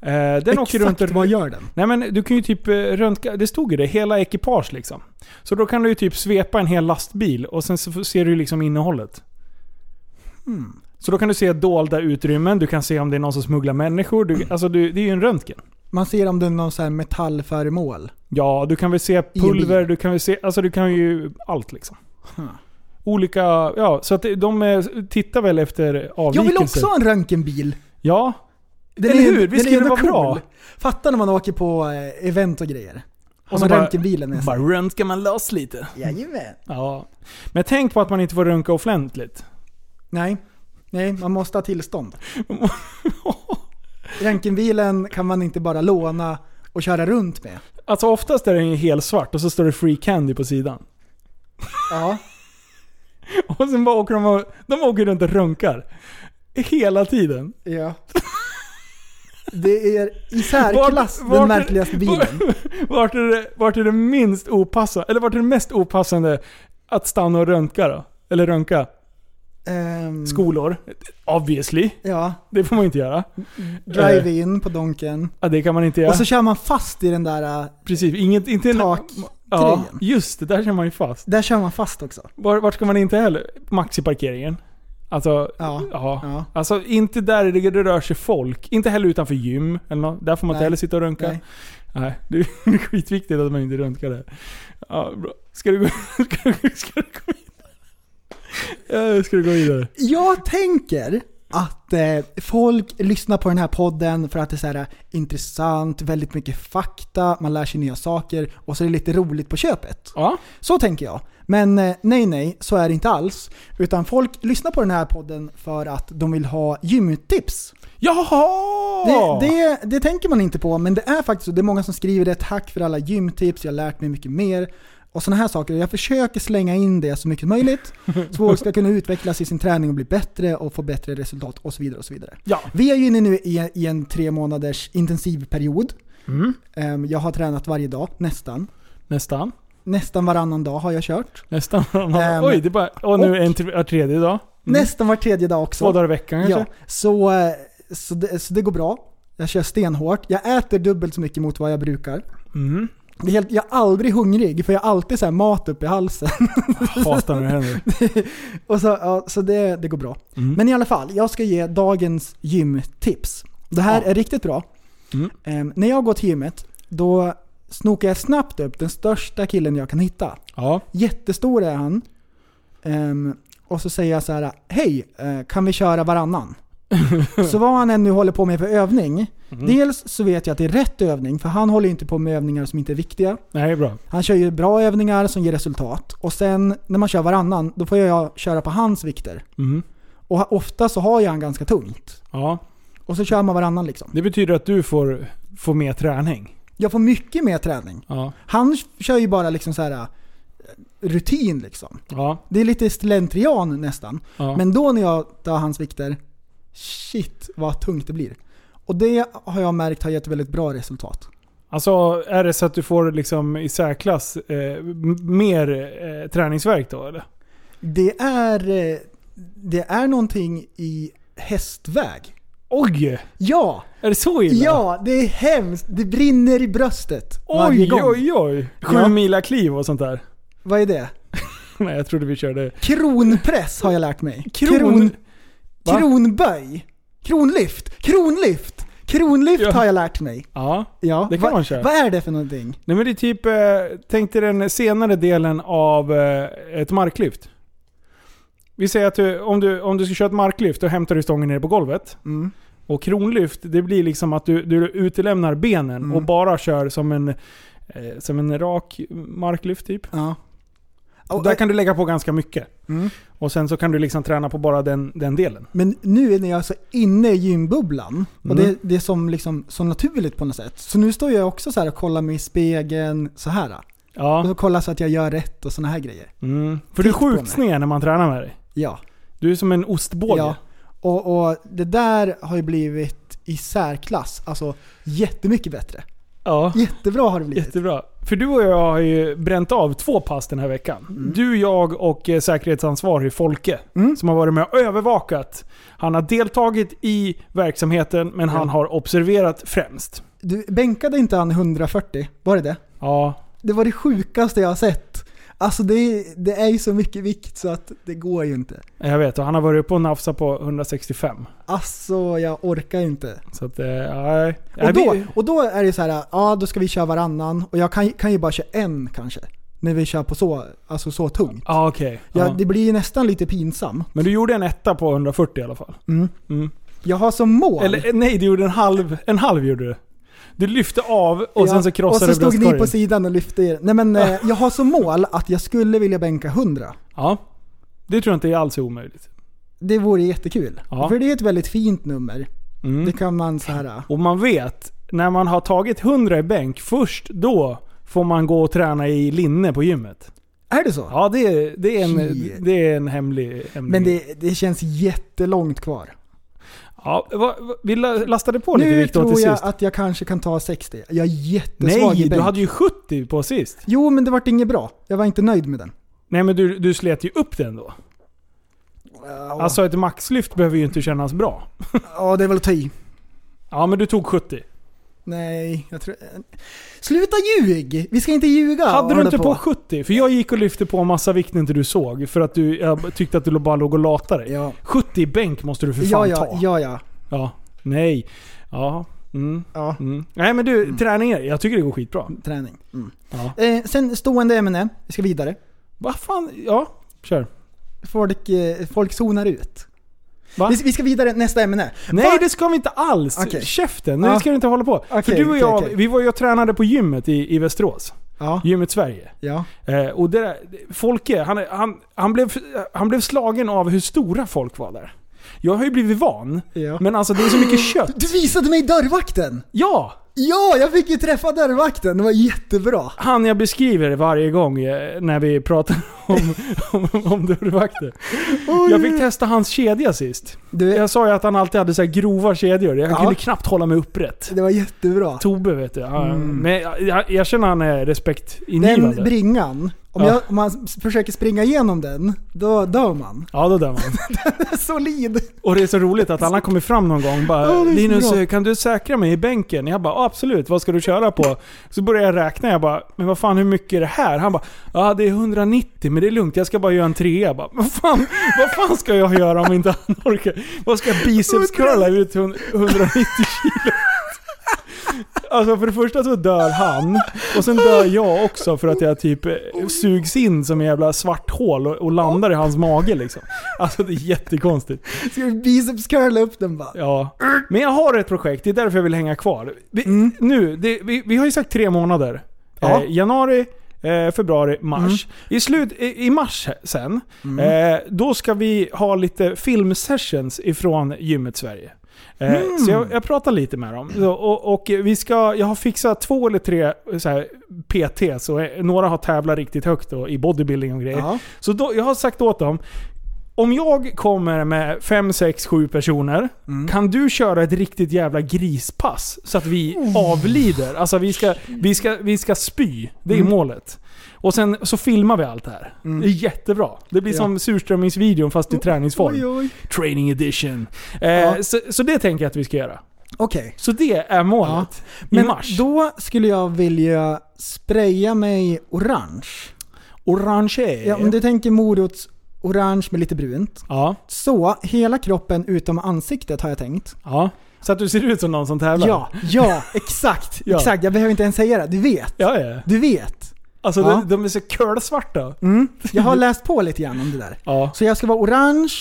Eh, den åker runt och vad gör den? Nej men du kan ju typ eh, röntga, det stod ju det, hela ekipage liksom. Så då kan du ju typ svepa en hel lastbil och sen så får- ser du ju liksom innehållet. Hmm. Så då kan du se dolda utrymmen, du kan se om det är någon som smugglar människor. Du, alltså du, det är ju en röntgen. Man ser om det är någon så här metallföremål. Ja, du kan väl se I en pulver, bil. du kan väl se, alltså du kan ju allt liksom. Olika, ja så att de eh, tittar väl efter Jag avvikelser. vill också ha en röntgenbil! Ja, Den Eller är- hur? Visst den är skulle det ändå vara bra? Fatta när man åker på eh, event och grejer. Och Och så så bara- röntgenbilen med sig. bara röntgar man loss lite. Jajamän. Ja. Men tänk på att man inte får röntga offentligt. Nej. Nej, man måste ha tillstånd. Röntgenbilen kan man inte bara låna och köra runt med. Alltså oftast är den ju helt svart och så står det free candy på sidan. Ja. Och sen bara åker de och, de åker runt och runkar. Hela tiden. ja. Det är i särklass Vart- vart- den märkligaste bilen. Vart är, det, vart är det minst opassande, eller vart är det mest opassande att stanna och röntga då? Eller röntga? Mm. Ehm, Skolor? Obviously. ja, Det får man inte göra. Eh, drive-in på Donken. Ja, det kan man inte göra. Och så kör man fast i den där... äh, Precis, inget, inte en... Takgrejen. Ja, just det. Där kör man ju fast. Där kör man fast också. Var, vart ska man inte heller? Maxiparkeringen. Alltså, Ja. ja. Ja. Alltså inte där det det rör sig folk. Inte heller utanför gym eller något. Där får man inte Nej. heller sitta och röntga. Nej. Nej. det är skitviktigt att man inte röntgar där. Ja, bra. Ska du gå, ska du, ska du gå vidare? Ja, ska du gå vidare? Jag tänker att eh, folk lyssnar på den här podden för att det är så här, eh, intressant, väldigt mycket fakta, man lär sig nya saker och så är det lite roligt på köpet. Ja. Så tänker jag. Men eh, nej, nej, så är det inte alls. Utan folk lyssnar på den här podden för att de vill ha gymtips. Jaha! Det, det, det tänker man inte på, men det är faktiskt så. Det är många som skriver det. Tack för alla gymtips, jag har lärt mig mycket mer. Och sådana här saker. Jag försöker slänga in det så mycket som möjligt. Så folk ska kunna utvecklas i sin träning och bli bättre och få bättre resultat och så vidare. Och så vidare. Ja. Vi är ju inne nu i, i en tre månaders intensiv period. Ehm, Jag har tränat varje dag, nästan. Nästan. Nästan varannan dag har jag kört. Nästan. Ehm, Oj, det är bara... Och nu en tre- var tredje dag. Nästan var tredje dag också. Två dagar i veckan kanske? Ja, så, eh, så, det, så det går bra. Jag kör stenhårt. Jag äter dubbelt så mycket mot vad jag brukar. Mm. Det är helt, jag är aldrig hungrig för jag har alltid så här mat upp i halsen. Hatar när det händer. Och så, ja, så det, det går bra. Mm. Men i alla fall, jag ska ge dagens gymtips. Det här Ja. är riktigt bra. Mm. Ehm, när jag går till gymmet, då snokar jag snabbt upp den största killen jag kan hitta. Ja. Jättestor är han. Ehm, och så säger jag så här: hej, eh, kan vi köra varannan? så vad han än nu håller på med för övning, Mm. dels så vet jag att det är rätt övning, för han håller ju inte på med övningar som inte är viktiga. Nej, bra. Han kör ju bra övningar som ger resultat. Och sen när man kör varannan, då får jag köra på hans vikter. Mm. Och ha- ofta så har jag han ganska tungt. Ja. Och så kör man varannan liksom. Det betyder att du får, får mer träning. Jag får mycket mer träning. Ja. Han s- kör ju bara liksom så här eh, rutin liksom. Ja. Det är lite slentrian nästan. ja. Men då när jag tar hans vikter, shit vad tungt det blir. Och det har jag märkt har gett väldigt bra resultat. Alltså är det så att du får liksom i särklass eh, m- mer eh, träningsverk då eller? Det är, eh, det är någonting i hästväg. Oj! Ja! Är det så illa? Ja, det är hemskt. Det brinner i bröstet varje Oj, gång. oj, oj! Sju Ja. mila kliv och sånt där. Vad är det? Nej, jag trodde vi körde... Kronpress har jag lärt mig. Kron- Va? Kronböj. Kronlyft. Kronlyft. Kronlyft Ja. har jag lärt mig. Ja. Ja. Det kan vad- man köra. Vad är det för någonting? Nej men det är typ, eh, tänk dig den senare delen av eh, ett marklyft. Vi säger att du, om, du, om du ska köra ett marklyft, då hämtar du stången ner på golvet. Mm. Och kronlyft, det blir liksom att du, du utelämnar benen Mm. och bara kör som en, eh, som en rak marklyft typ. Ja. Och- Där kan du lägga på ganska mycket. Mm. Och sen så kan du liksom träna på bara den, den delen. Men nu är när jag så inne i gymbubblan och Mm. det, det är som, liksom, så naturligt på något sätt. Så nu står jag också så här och kollar mig i spegeln så här. Och Ja. så kollar så att jag gör rätt och såna här grejer. Mm. För du är Titt på mig. sjukt sned när man tränar med dig. Ja. Du är som en ostbåge. Ja. Och, och det där har ju blivit i särklass, alltså jättemycket bättre. ja. Jättebra har det blivit. Jättebra. För du och jag har ju bränt av två pass den här veckan. Du, jag och eh, säkerhetsansvarig Folke. Mm. Som har varit med och övervakat. Han har deltagit i verksamheten men han har observerat främst. Du bänkade inte han 140? Var det det? Ja, Det var det sjukaste jag har sett. Alltså det, det är ju så mycket vikt så att det går ju inte. jag vet. Och han har varit uppe och nafsat på 165. Alltså jag orkar ju inte. Så att, eh, nej. Och Nej, då, vi- och då är det så här, ja då ska vi köra varannan och jag kan, kan ju bara köra en kanske. När vi kör på så, alltså så tungt. Ja, okej. Ja, Ja. Det blir ju nästan lite pinsamt. Men du gjorde en etta på 140 i alla fall. Mm. Mm. Jag har som mål... Eller eh, nej, du gjorde en halv. En halv gjorde du. Du lyfte av och Ja, sen så krossade Och du så stod ni bröstkorgen. på sidan och lyfte er. Nej men eh, jag har som mål att jag skulle vilja bänka 100. Ja. Det tror jag inte är alls omöjligt. Det vore jättekul. Ja. För det är ett väldigt fint nummer. Mm. Det kan man så här. eh, Och man vet, när man har tagit 100 i bänk, först då får man gå och träna i linne på gymmet. Är det så? Ja, det är, det är, en, Shit. det är en hemlig, hemlig Men det, det känns jättelångt kvar. Ja, va, va, vi la- lastade på lite Nu Viktor tror till jag sist. att jag kanske kan ta 60. Jag är jättesvag Nej, i du bänk. hade ju 70 på sist. Jo, men det vart inget bra. Jag var inte nöjd med den. Nej men du, du slet ju upp den då. Alltså ett maxlyft behöver ju inte kännas bra. Ja, det är väl att ta i. Ja men du tog 70. Nej, jag tror... Sluta ljug! Vi ska inte ljuga och Hade du hålla inte på. 70? För jag gick och lyfte på en massa vikt inte du såg. För att du jag tyckte att du bara låg och latade dig. Ja. 70 i bänk måste du för Ja, fan ja, ta. ja, ja. Ja. Nej. Ja. Mm. Ja. Mm. Nej men du, träningar. Jag tycker det går skitbra. Träning. Mm. Ja. Eh, sen stående ämne. Vi ska vidare. Vad fan? Ja, kör. Folk, eh, folk zonar ut. Va? Vi, vi ska vidare nästa ämne. Nej Va- det ska vi inte alls! Okej. Käften! Nu Ja. ska du inte hålla på. För Okej, du och okej, jag, okej. vi var ju och tränade på gymmet i, i Västerås. Ja, Gymmet Sverige. ja. Eh, och det där, Folke, han, han, han, blev, han blev slagen av hur stora folk var där. Jag har ju blivit van, Ja. men alltså det är så mycket kött. Du visade mig dörrvakten! Ja! Ja, jag fick ju träffa dörrvakten. Det var jättebra. Han jag beskriver varje gång eh, när vi pratar om, om, om dörrvakter. Jag fick testa hans kedja sist. Du, Jag sa ju att han alltid hade så här grova kedjor. Jag Ja. kunde knappt hålla mig upprätt. det var jättebra. Tobbe vet du. Ja, Mm. Men jag, jag, jag känner han är respektingivande. Den bringan, om, Ja. jag, om man s- försöker springa igenom den, då dör man. ja, då dör man. Solid! Och det är så roligt att alla kommer fram någon gång bara Ja, det är så Linus, eh, bra." kan du säkra mig i bänken? Jag bara absolut, vad ska du köra på? Så börjar jag räkna, jag bara men vad fan hur mycket är det här? Han bara ja det är 190 men det är lugnt, jag ska bara göra en trea. Jag bara, vad, fan, vad fan ska jag göra om inte han orkar? Vad ska jag bicepscurla ut 190 kilo? Alltså för det första så dör han och sen dör jag också för att jag typ eh, sugs in som en jävla svart hål och, och landar i hans mage liksom. Alltså det är jättekonstigt. Ska vi bicepscurla upp den bara? Ja. Men jag har ett projekt, det är därför jag vill hänga kvar. Vi, nu, det, vi, vi har ju sagt tre månader. Mm. Ja. Mm. Eh, januari, eh, februari, mars. I, slut, i, I mars sen, eh, då ska vi ha lite filmsessions ifrån gymmet Sverige. Eh, Så jag, Mm. jag pratar lite med dem. Så, och, och vi ska, jag har fixat två eller tre eh, så här, PTs och eh, några har tävlat riktigt högt då, i bodybuilding och grejer. Ja. Så då, jag har sagt åt dem, om jag kommer med 5, 6, 7 personer, kan du köra ett riktigt jävla grispass så att vi avlider? Alltså vi ska, vi ska, vi ska spy, det är målet. Och sen så filmar vi allt det här. Det är jättebra. Det blir som surströmmingsvideon fast i träningsform. Oj, oj. Training edition. Eh, Ja. så, så det tänker jag att vi ska göra. Okej. Så det är målet. I Men mars. då skulle jag vilja spraya mig orange. Orange. Ja, om du tänker morots orange med lite brunt. ja, Så, hela kroppen utom ansiktet har jag tänkt. ja. Så att du ser ut som någon som tävlar. Ja, ja, exakt. Ja. Exakt, jag behöver inte ens säga det. Du vet. Ja, ja. Du vet. Alltså Ja. de, de är så curlsvarta. Mm. Jag har läst på lite grann om det där. Ja. Så jag ska vara orange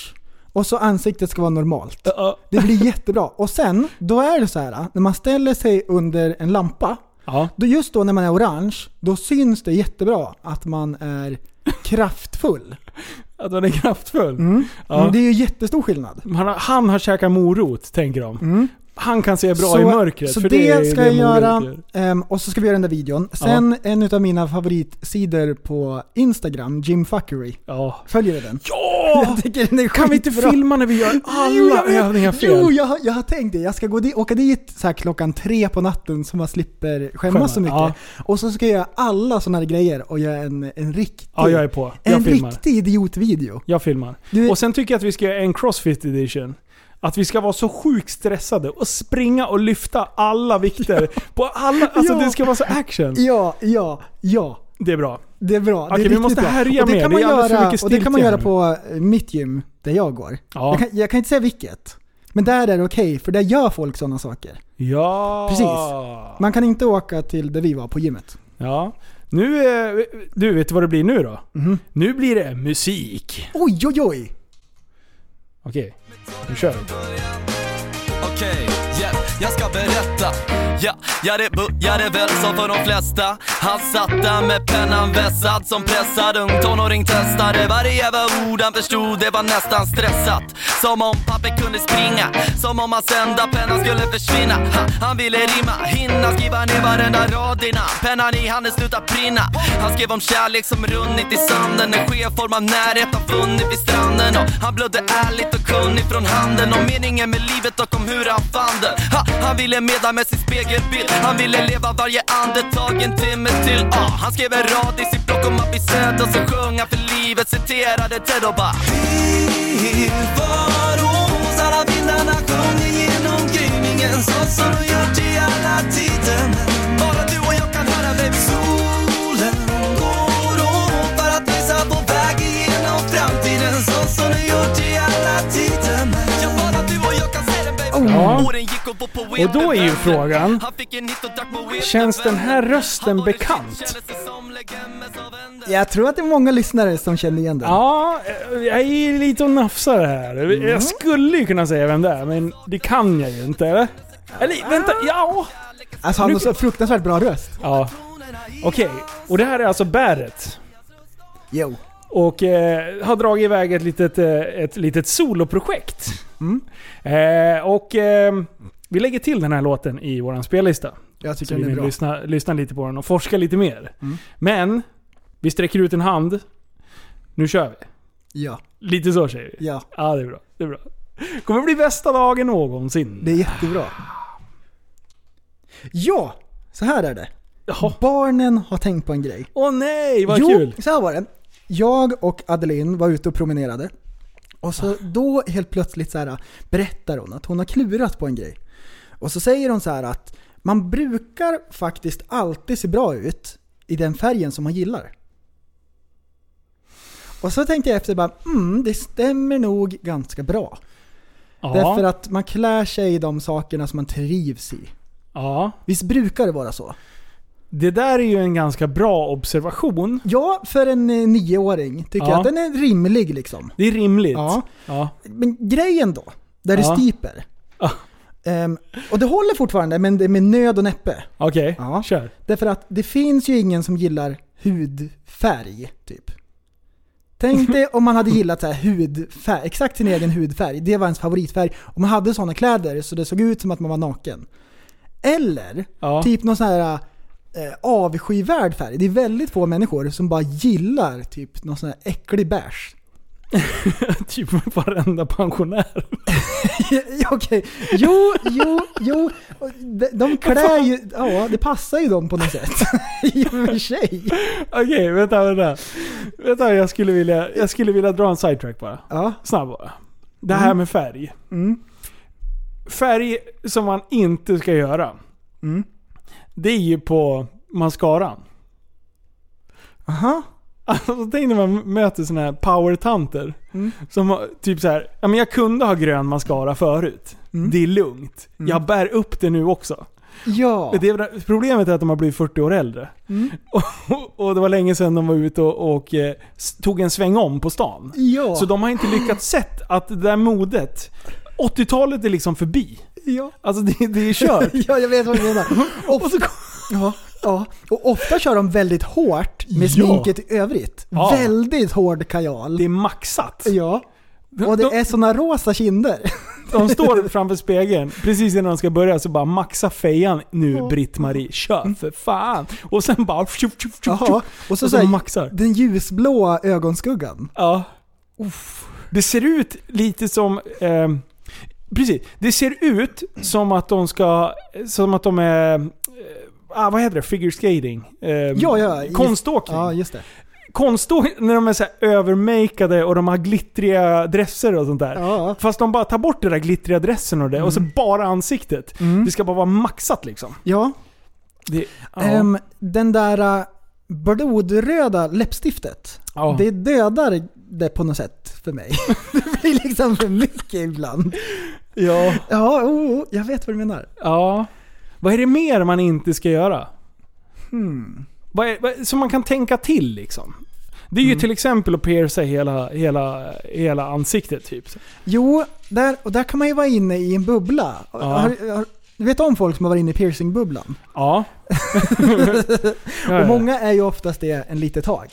och så ansiktet ska vara normalt. Ja. Det blir jättebra. Och sen, då är det så här när man ställer sig under en lampa, Ja. då just då när man är orange, då syns det jättebra att man är kraftfull. Att man är kraftfull. Mm. Ja. Men Det är ju jättestor skillnad. Han, har, han har käkat morot, tänker de. Han kan se bra Mm. så, i mörkret. Så för det, är ska jag morot göra. gör. ehm, och så ska vi göra den där videon. Sen en av mina favoritsidor på Instagram, Jim Fuckery. Ja. Följer du den? ja! Jag tycker den är Kan vi inte skitbra. filma när vi gör Jo, jag alla vet. övningar fel? Jo, jag, har- jag har tänkt det. Jag ska gå di- åka dit så här klockan tre på natten så man slipper skämmas så Skämma, mycket. ja. Och så ska jag göra alla sådana här grejer och göra en, en riktig, Ja, jag är på. Jag en filmar. riktig idiotvideo. Jag filmar. Du- Och sen tycker jag att vi ska göra en crossfit edition. Att vi ska vara så sjukt stressade och springa och lyfta alla vikter. På alla, alltså Ja. det ska vara så action. Ja, ja, ja. Det är bra. Det är bra. Okej, det är vi riktigt måste bra. härja Och det mer. Kan Det man är alldeles för göra, mycket och det kan man stiltje göra nu. på eh, mitt gym, där jag går. Ja. Jag, kan, jag kan inte säga vilket. Men där är det okej, för där gör folk sådana saker. Ja. Precis. Man kan inte åka till där vi var på gymmet. Ja. Nu, eh, du vet vad det blir nu då? Mhm. Nu blir det musik. Oj, oj, oj! Okej, nu kör vi. Okej, yeah, jag ska berätta. Ja, ja det började väl som för de flesta. Han satt där med pennan vässad som pressad ung tonåring testade. Varje jävla ord han förstod, det var nästan stressat. Som om papper kunde springa Som om hans enda penna skulle försvinna ha, Han ville rimma, hinna skriva ner varenda rad innan Pennan i handen slutade prinna Han skrev om kärlek som runnit i sanden En skeform av närhet har funnit vid stranden och Han blödde ärligt och kunnigt från handen Om meningen med livet och om hur han fann den ha, Han ville meda med sin spegelbild Han ville leva varje andetag en timme till ah, Han skrev en rad i sitt block om att bli sedd och sen sjöng han för livet Citerade Ted och bara Tillvarons alla vindarna sjunger genom gryningen Så som du gjort i alla tider Men Bara du och jag kan höra baby Solen går om för att visa på väg genom framtiden Så som du gjort i alla tider Men Ja, bara du och jag kan se den baby Ja. Åren gick och var på Och då är ju frågan, han fick en hit och drack Moët Känns den här rösten Han var det shit, bekant? kände sig som legend, men så vände Jag tror att det är många lyssnare som känner igen den. Ja, jag är lite och nafsar här. Jag skulle ju kunna säga vem det är, men det kan jag ju inte. Eller? Eller vänta, ja! Alltså han har så fruktansvärt bra röst. Ja. Okej, och det här är alltså Barrett. Jo. Och eh, har dragit iväg ett litet, eh, ett litet soloprojekt. Mm. Eh, och eh, vi lägger till den här låten i vår spellista. Jag tycker Så vi den är vill bra. lyssna, lyssna lite på den och forska lite mer. Men, vi sträcker ut en hand. Nu kör vi. Ja, Lite så säger vi. ja. Ja, det är bra. Det är bra. kommer bli bästa dagen någonsin. Det är jättebra. Ja, så här är det. Jaha. Barnen har tänkt på en grej. Åh nej, vad jo, kul! så här var det. Jag och Adeline var ute och promenerade. Och Ah. så då helt plötsligt så här berättar hon att hon har klurat på en grej. Och så säger hon så här att man brukar faktiskt alltid se bra ut i den färgen som man gillar. Och så tänkte jag efter bara, mm, det stämmer nog ganska bra. Ja, Därför att man klär sig i de sakerna som man trivs i. ja. Visst brukar det vara så? Det där är ju en ganska bra observation. Ja, för en eh, nioåring tycker Ja. jag att den är rimlig liksom. Det är rimligt. Ja. Ja. Men grejen då, där det Ja. stiper. Ah. Ehm, och det håller fortfarande, men det är med nöd och näppe. Okej, Ja. kör. Därför att det finns ju ingen som gillar hudfärg, typ. Tänk dig om man hade gillat så här hudfärg, exakt sin egen hudfärg. Det var ens favoritfärg. Och man hade sådana kläder så det såg ut som att man var naken. Eller, Ja. typ någon sån här eh, avskyvärd färg. Det är väldigt få människor som bara gillar typ någon sån här äcklig bärs. typ varenda pensionär. Ja, Okej, jo, jo, jo. De, de klär ju, ja det passar ju dem på något sätt. I och för sig. Okej, vänta, vänta. Vänta, jag skulle vilja, jag skulle vilja dra en sidetrack bara. Ja, Snabb bara. Det Mm. här med färg. Färg som man inte ska göra. Mm. Det är ju på mascaran. aha. Alltså tänk när man möter såna här powertanter. mm. Som har- typ så här, ja men jag kunde ha grön mascara förut. Mm. Det är lugnt. Jag bär upp det nu också. Ja, mm, Det är, problemet är att de har blivit 40 år äldre. Och, och det var länge sedan de var ute och, och eh, s- tog en sväng om på stan. ja, Så de har inte lyckats sett att det där modet, 80-talet är liksom förbi. ja. Alltså det, det är kört. ja, jag vet vad du menar. Ofta, ja, ja. Och ofta kör de väldigt hårt med Ja. sminket i övrigt. Ja. Väldigt hård kajal. Det är maxat. Ja. Och det de- är såna rosa kinder. De står framför spegeln, precis innan de ska börja, så bara maxa fejan nu Britt-Marie. Kör för fan! Och sen bara... Tjup, tjup, tjup, Jaha. tjup. Och så, Och så så här, maxar. den ljusblåa ögonskuggan. Ja. Det ser ut lite som... Eh, precis. Det ser ut som att de ska... Som att de är... Eh, ah, vad heter det? Figure skating? Eh, Ja, ja. just- Konståkning. Ja, just det. Konståkning när de är så här övermakeade och de har glittriga dresser och sånt där. Ja. Fast de bara tar bort den där glittriga dressen och det och så bara ansiktet. Det ska bara vara maxat liksom. Mm. Ja, Det, ja. Ehm, den där äh, blodröda läppstiftet. Ja. Det dödar det på något sätt för mig. det blir liksom för mycket ibland. ja. Ja, oh, oh, jag vet vad du menar. ja. Vad är det mer man inte ska göra? Hmm. Vad är, vad, som man kan tänka till liksom. Det är ju till exempel att pierca hela, hela, hela ansiktet typ. Jo, där, och där kan man ju vara inne i en bubbla. Har, har, du vet om folk som har varit inne i piercingbubblan? Ja. ja, Och ja. många är ju oftast det en litet tag.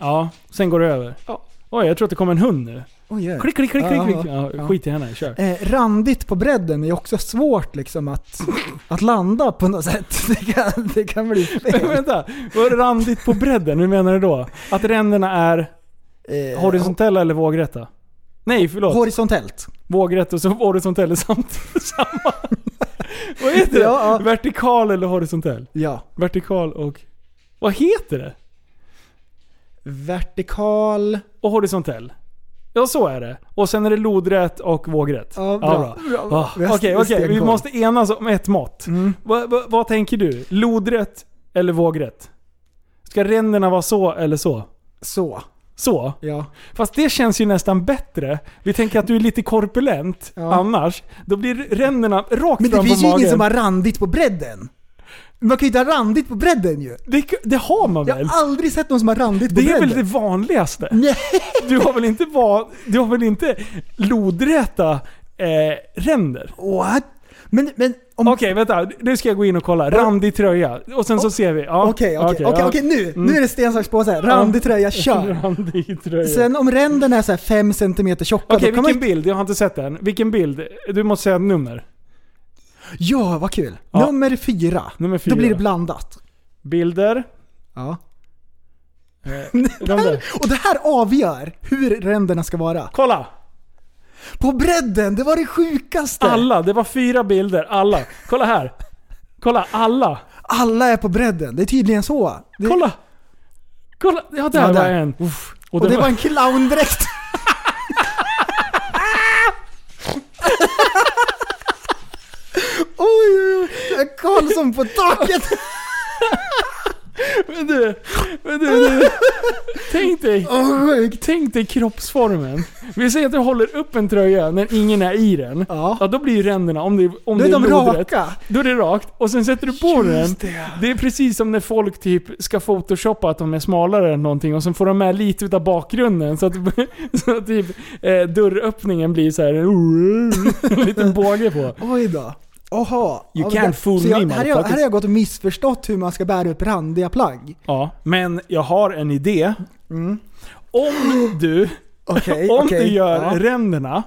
ja, sen går det över. Oj, jag tror att det kommer en hund nu. Oj, jävlar. Klick, klick, klick, klick. Ja, klick. ja, Ja, ja. skit i henne, kör. Eh, randigt på bredden är också svårt liksom att, att landa på något sätt. Det kan, det kan bli Men fel. Vänta, vad är randigt på bredden? Hur menar du då? Att ränderna är Eh, horisontella eller vågrätta? Nej, förlåt. horisontellt. vågrätt och så horisontell är samtidigt samma. Vad heter det? Ja, ja. Vertikal eller horisontell? Ja. Vertikal och... Vad heter det? Vertikal. Och horisontell. Ja, så är det. Och sen är det lodrätt och vågrätt. Ja, bra. bra. Ah, Vi Okej, har- okej. vi har Vi stenkoll. Mm. måste enas om ett mått. Va, va, vad tänker du? Lodrätt eller vågrätt? Ska ränderna vara så eller så? Så. Så? Ja. Fast det känns ju nästan bättre. Vi tänker att du är lite korpulent Ja. annars. Då blir ränderna rakt Men det fram finns ju på ingen magen. som har randigt på bredden. Man kan ju inte ha randigt på bredden ju. det, det har man Jag väl? har aldrig sett någon som har randigt ah, på Det är bredden. väl det vanligaste? Nej. Du har väl inte, va, du har väl inte lodräta eh, ränder? What? Men, men om... Okej, vänta. Nu ska jag gå in och kolla. Randig tröja. Och sen så ser vi. Ja, Oh, Okej, okej, okej, ja. Mm. okej, nu. Nu är det sten, sax, påse. Randig tröja, kör. Randig tröja. Sen om ränderna är så här 5 cm tjocka, Okej, då kan vilken man ju... bild? Jag har inte sett den. Vilken bild? Du måste säga ett nummer. Ja, vad kul. Ja. Nummer, fyra. Nummer fyra. Då blir det blandat. Bilder. Ja. De där. Och det här avgör hur ränderna ska vara. Kolla! På bredden, det var det sjukaste! Alla. Det var fyra bilder. Alla. Kolla här. Kolla, alla. Alla är på bredden, det är tydligen så. Det... Kolla! Kolla! Ja, där, Ja, var där. en. Och det var en clowndräkt! Oj, oj, oj! Karlsson på taket! Men du, men du, du. Tänk dig, Åh, sjukt! tänk dig kroppsformen. Vi säger att du håller upp en tröja när ingen är i den. Ja. Ja, då blir ju ränderna, om det, är- om Då det är är de lodrätt, raka. då är det rakt. Och sen sätter du på den. Det är precis som när folk typ ska photoshoppa att de är smalare än någonting och sen får de med lite utav bakgrunden så att, så att typ eh, dörröppningen blir så här en liten båge på. Oj då. Jaha. men You can't där- fool så jag, me, här, har jag, här motherfuckers. har jag gått och missförstått hur man ska bära upp randiga plagg. Ja, men jag har en idé. Om du, Okej, om Mm. okej. du gör Ja. Mm. ränderna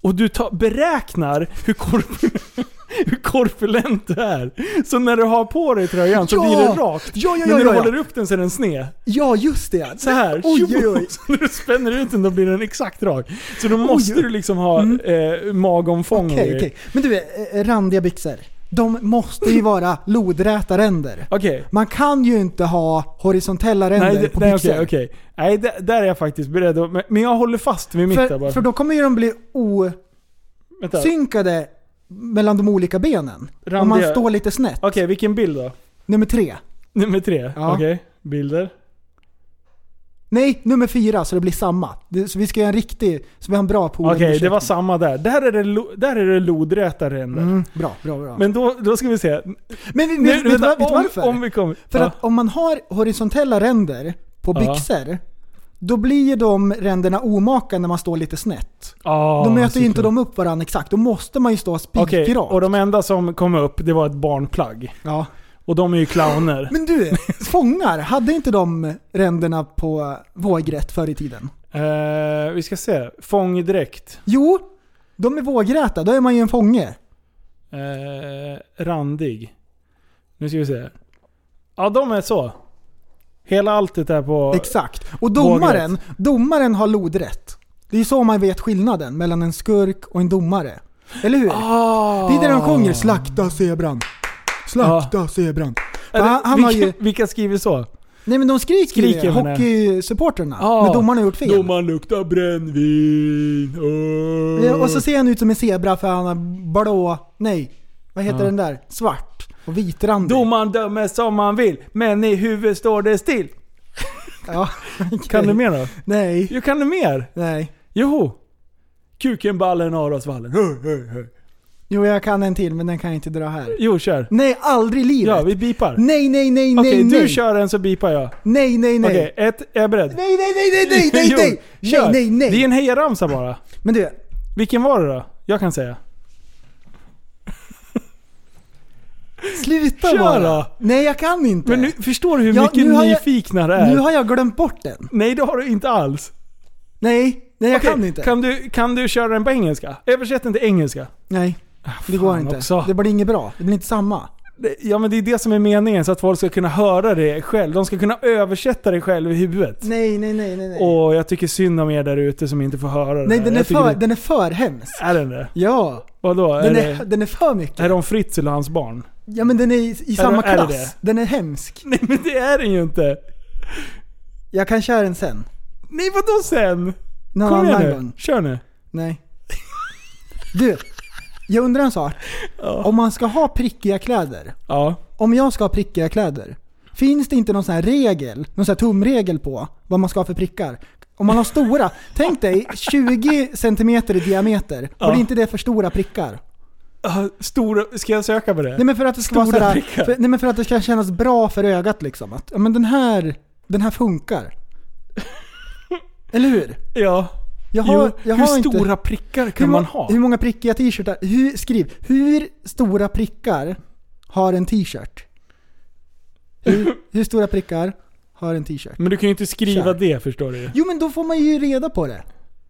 och du tar, beräknar hur, korp, hur korpulent du är. Så när du har på dig tröjan så Ja! blir den rakt. Ja, ja, men ja, när ja, du ja. håller upp den så är den sned. Ja, just det. Så här. Oj, tjo, oj, oj. Så när du spänner ut den då blir den exakt rak. Så då måste du liksom ha eh, magomfång och Mm. Okej, grejer. okej. Men du, eh, randiga byxor. De måste ju vara lodräta ränder. Okej. Man kan ju inte ha horisontella ränder Nej, det, på nej byxor. okej, okej. Nej, d- där är jag faktiskt beredd att, men- Men jag håller fast vid mitt där För, bara. för då kommer ju de bli osynkade Vänta. mellan de olika benen. Om man Randiga- står lite snett. Okej, vilken bild då? Nummer tre. Nummer tre? Ja. Okej, bilder. Nej, nummer fyra så det blir samma. Det, så vi ska göra en riktig, så vi har en bra Okej, poolundersökning. det var samma där. Där är det, lo- där är det lodräta ränder. Mm, bra, bra, bra. Men, Men då, då ska vi se. men, vi- Nu, vet, vet, du vänta, var- vet du om, varför? om vi kommer... För ja. att om man har horisontella ränder på Ja. byxor, då blir ju de ränderna omaka när man står lite snett. Ah, då möter ju inte såklart. de upp varandra exakt. Då måste man ju stå Okej, spikrak. och de enda som kom upp, det var ett barnplagg. ja. Och de är ju clowner. Men du, fångar, hade inte de ränderna på vågrätt förr i tiden? Eh, vi ska se. Fångdräkt. Jo, de är vågräta, då är man ju en fånge. Eh, randig. Nu ska vi se. Ja, de är så. Hela alltet är på... Exakt. Och domaren, domaren har lodrätt. Det är ju så man vet skillnaden mellan en skurk och en domare. Eller hur? Ah. Det är det de sjunger, 'Slakta zebran, slakta zebran' För Eller, han, Ah, han har vilka, ju, vilka skriver så? nej men de skriker, Skriker, Ah. ju, menar jag. hockeysupportrarna. Ja. När domaren har gjort fel. Domaren luktar brännvin. Ah! Åh. Ja, Eh, Och så ser han ut som en zebra för han har blå, nej, vad heter Ja. den där? Svart och vitrandig. Domaren dömer som han vill, men i huvudet står det still. Ja. Kan du mer då? Nej, Jo, kan du mer? nej. Joho. Kuken, ballen, Arosvallen. Hör, hör, hör. Jo jag kan en till men den kan jag inte dra här. Jo, kör. Nej, aldrig i livet. Ja, vi bipar. Nej, nej, nej, nej, Okej, nej. du kör en så bipar jag. Nej, nej, nej. Okej, ett. Är jag beredd? Nej, nej, nej, nej, nej, nej, Jo, nej, kör. nej, nej, Det är nej. en hejaramsa bara. Men du, Vilken var det då? Jag kan säga. sluta Kör bara. då. Nej, jag kan inte. Men nu, förstår du hur Ja, mycket nu har jag- Äh. nyfikna det är? Nu har jag glömt bort den. Nej, det har du inte alls. Nej, nej jag Okej, kan inte. Kan du, kan du köra den på engelska? Översätt den till engelska. Nej, det går fan inte. också. Det blir inget bra. Det blir inte samma. Det- Ja men det är det som är meningen, så att folk ska kunna höra det själv. De ska kunna översätta det själv i huvudet. Nej, nej, nej, nej. nej. Och jag tycker synd om er där ute som inte får höra det nej här. den, är jag tycker för, det- den är för hemsk. Är den det? Ja, Vadå? Är, den det, är, den är för är mycket. det om Fritzl och hans barn? Ja men den är i, i samma är det klass. det? Den är hemsk. Nej men det är den ju inte! Jag kan köra den sen. Nej vadå sen? Någon Kom igen annan nu, gång. kör nu. Nej. Du, jag undrar en sak. Om man ska ha prickiga kläder. Ja. Om jag ska ha prickiga kläder. Finns det inte någon sån här regel, någon sån här tumregel på vad man ska ha för prickar? Om man har stora, tänk dig 20 cm i diameter. Ja. Borde inte det för stora prickar? Ah, Stora, ska jag söka på det? Nej men för att det ska vara Stora sådär, prickar. för, nej men för att det ska kännas bra för ögat liksom. Att, ja men den här, den här funkar. Eller hur? ja. Jag Jo, har, jag hur har inte- stora prickar kan hur, man må- ha? Hur många prickiga t-shirtar? Hur, skriv, hur stora prickar har en t-shirt? Hur, hur stora prickar har en t-shirt? Men du kan ju inte skriva Kör. det förstår du Jo men då får man ju reda på det.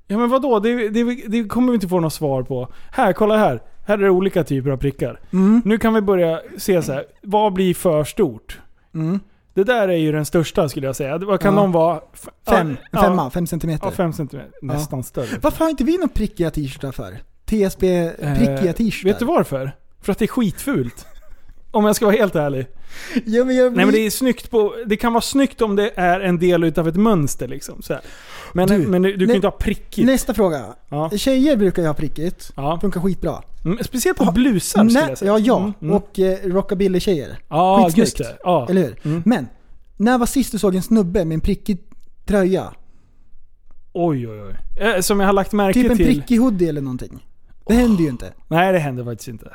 Ja men vadå? Det, det, det kommer vi inte få något svar på. Här, kolla här. Här är det olika typer av prickar. Mm. Nu kan vi börja se så här. vad blir för stort? Mm. Det där är ju den största skulle jag säga. Vad kan Ja. de vara? F- Fem, ja, en femma, Ja, fem centimeter. ja, fem centimeter. Nästan större. Varför har inte vi några prickiga t-shirtar för? TSB prickiga Eh, t-shirtar. Vet du varför? För att det är skitfult. Om jag ska vara helt ärlig. Ja, men jag, Nej men det är snyggt på... Det kan vara snyggt om det är en del utav ett mönster liksom. Så här. Men Du, du, men du, du kan nä- ju inte ha prickigt. Nästa fråga. Ja. Tjejer brukar ju ha prickigt. Ja. Funkar skitbra. Mm, Speciellt på blusar skulle Nej, jag säga. ja, ja. Mm, mm. Och eh, rockabilly-tjejer. Ja, Skitsnyggt. just det. Ja. Eller hur? Mm. Men, när var sist du såg en snubbe med en prickig tröja? Oj, oj, oj. Eh, Som jag har lagt märke Typ en till. prickig hoodie eller någonting. Det händer ju inte. Nej, det händer faktiskt inte.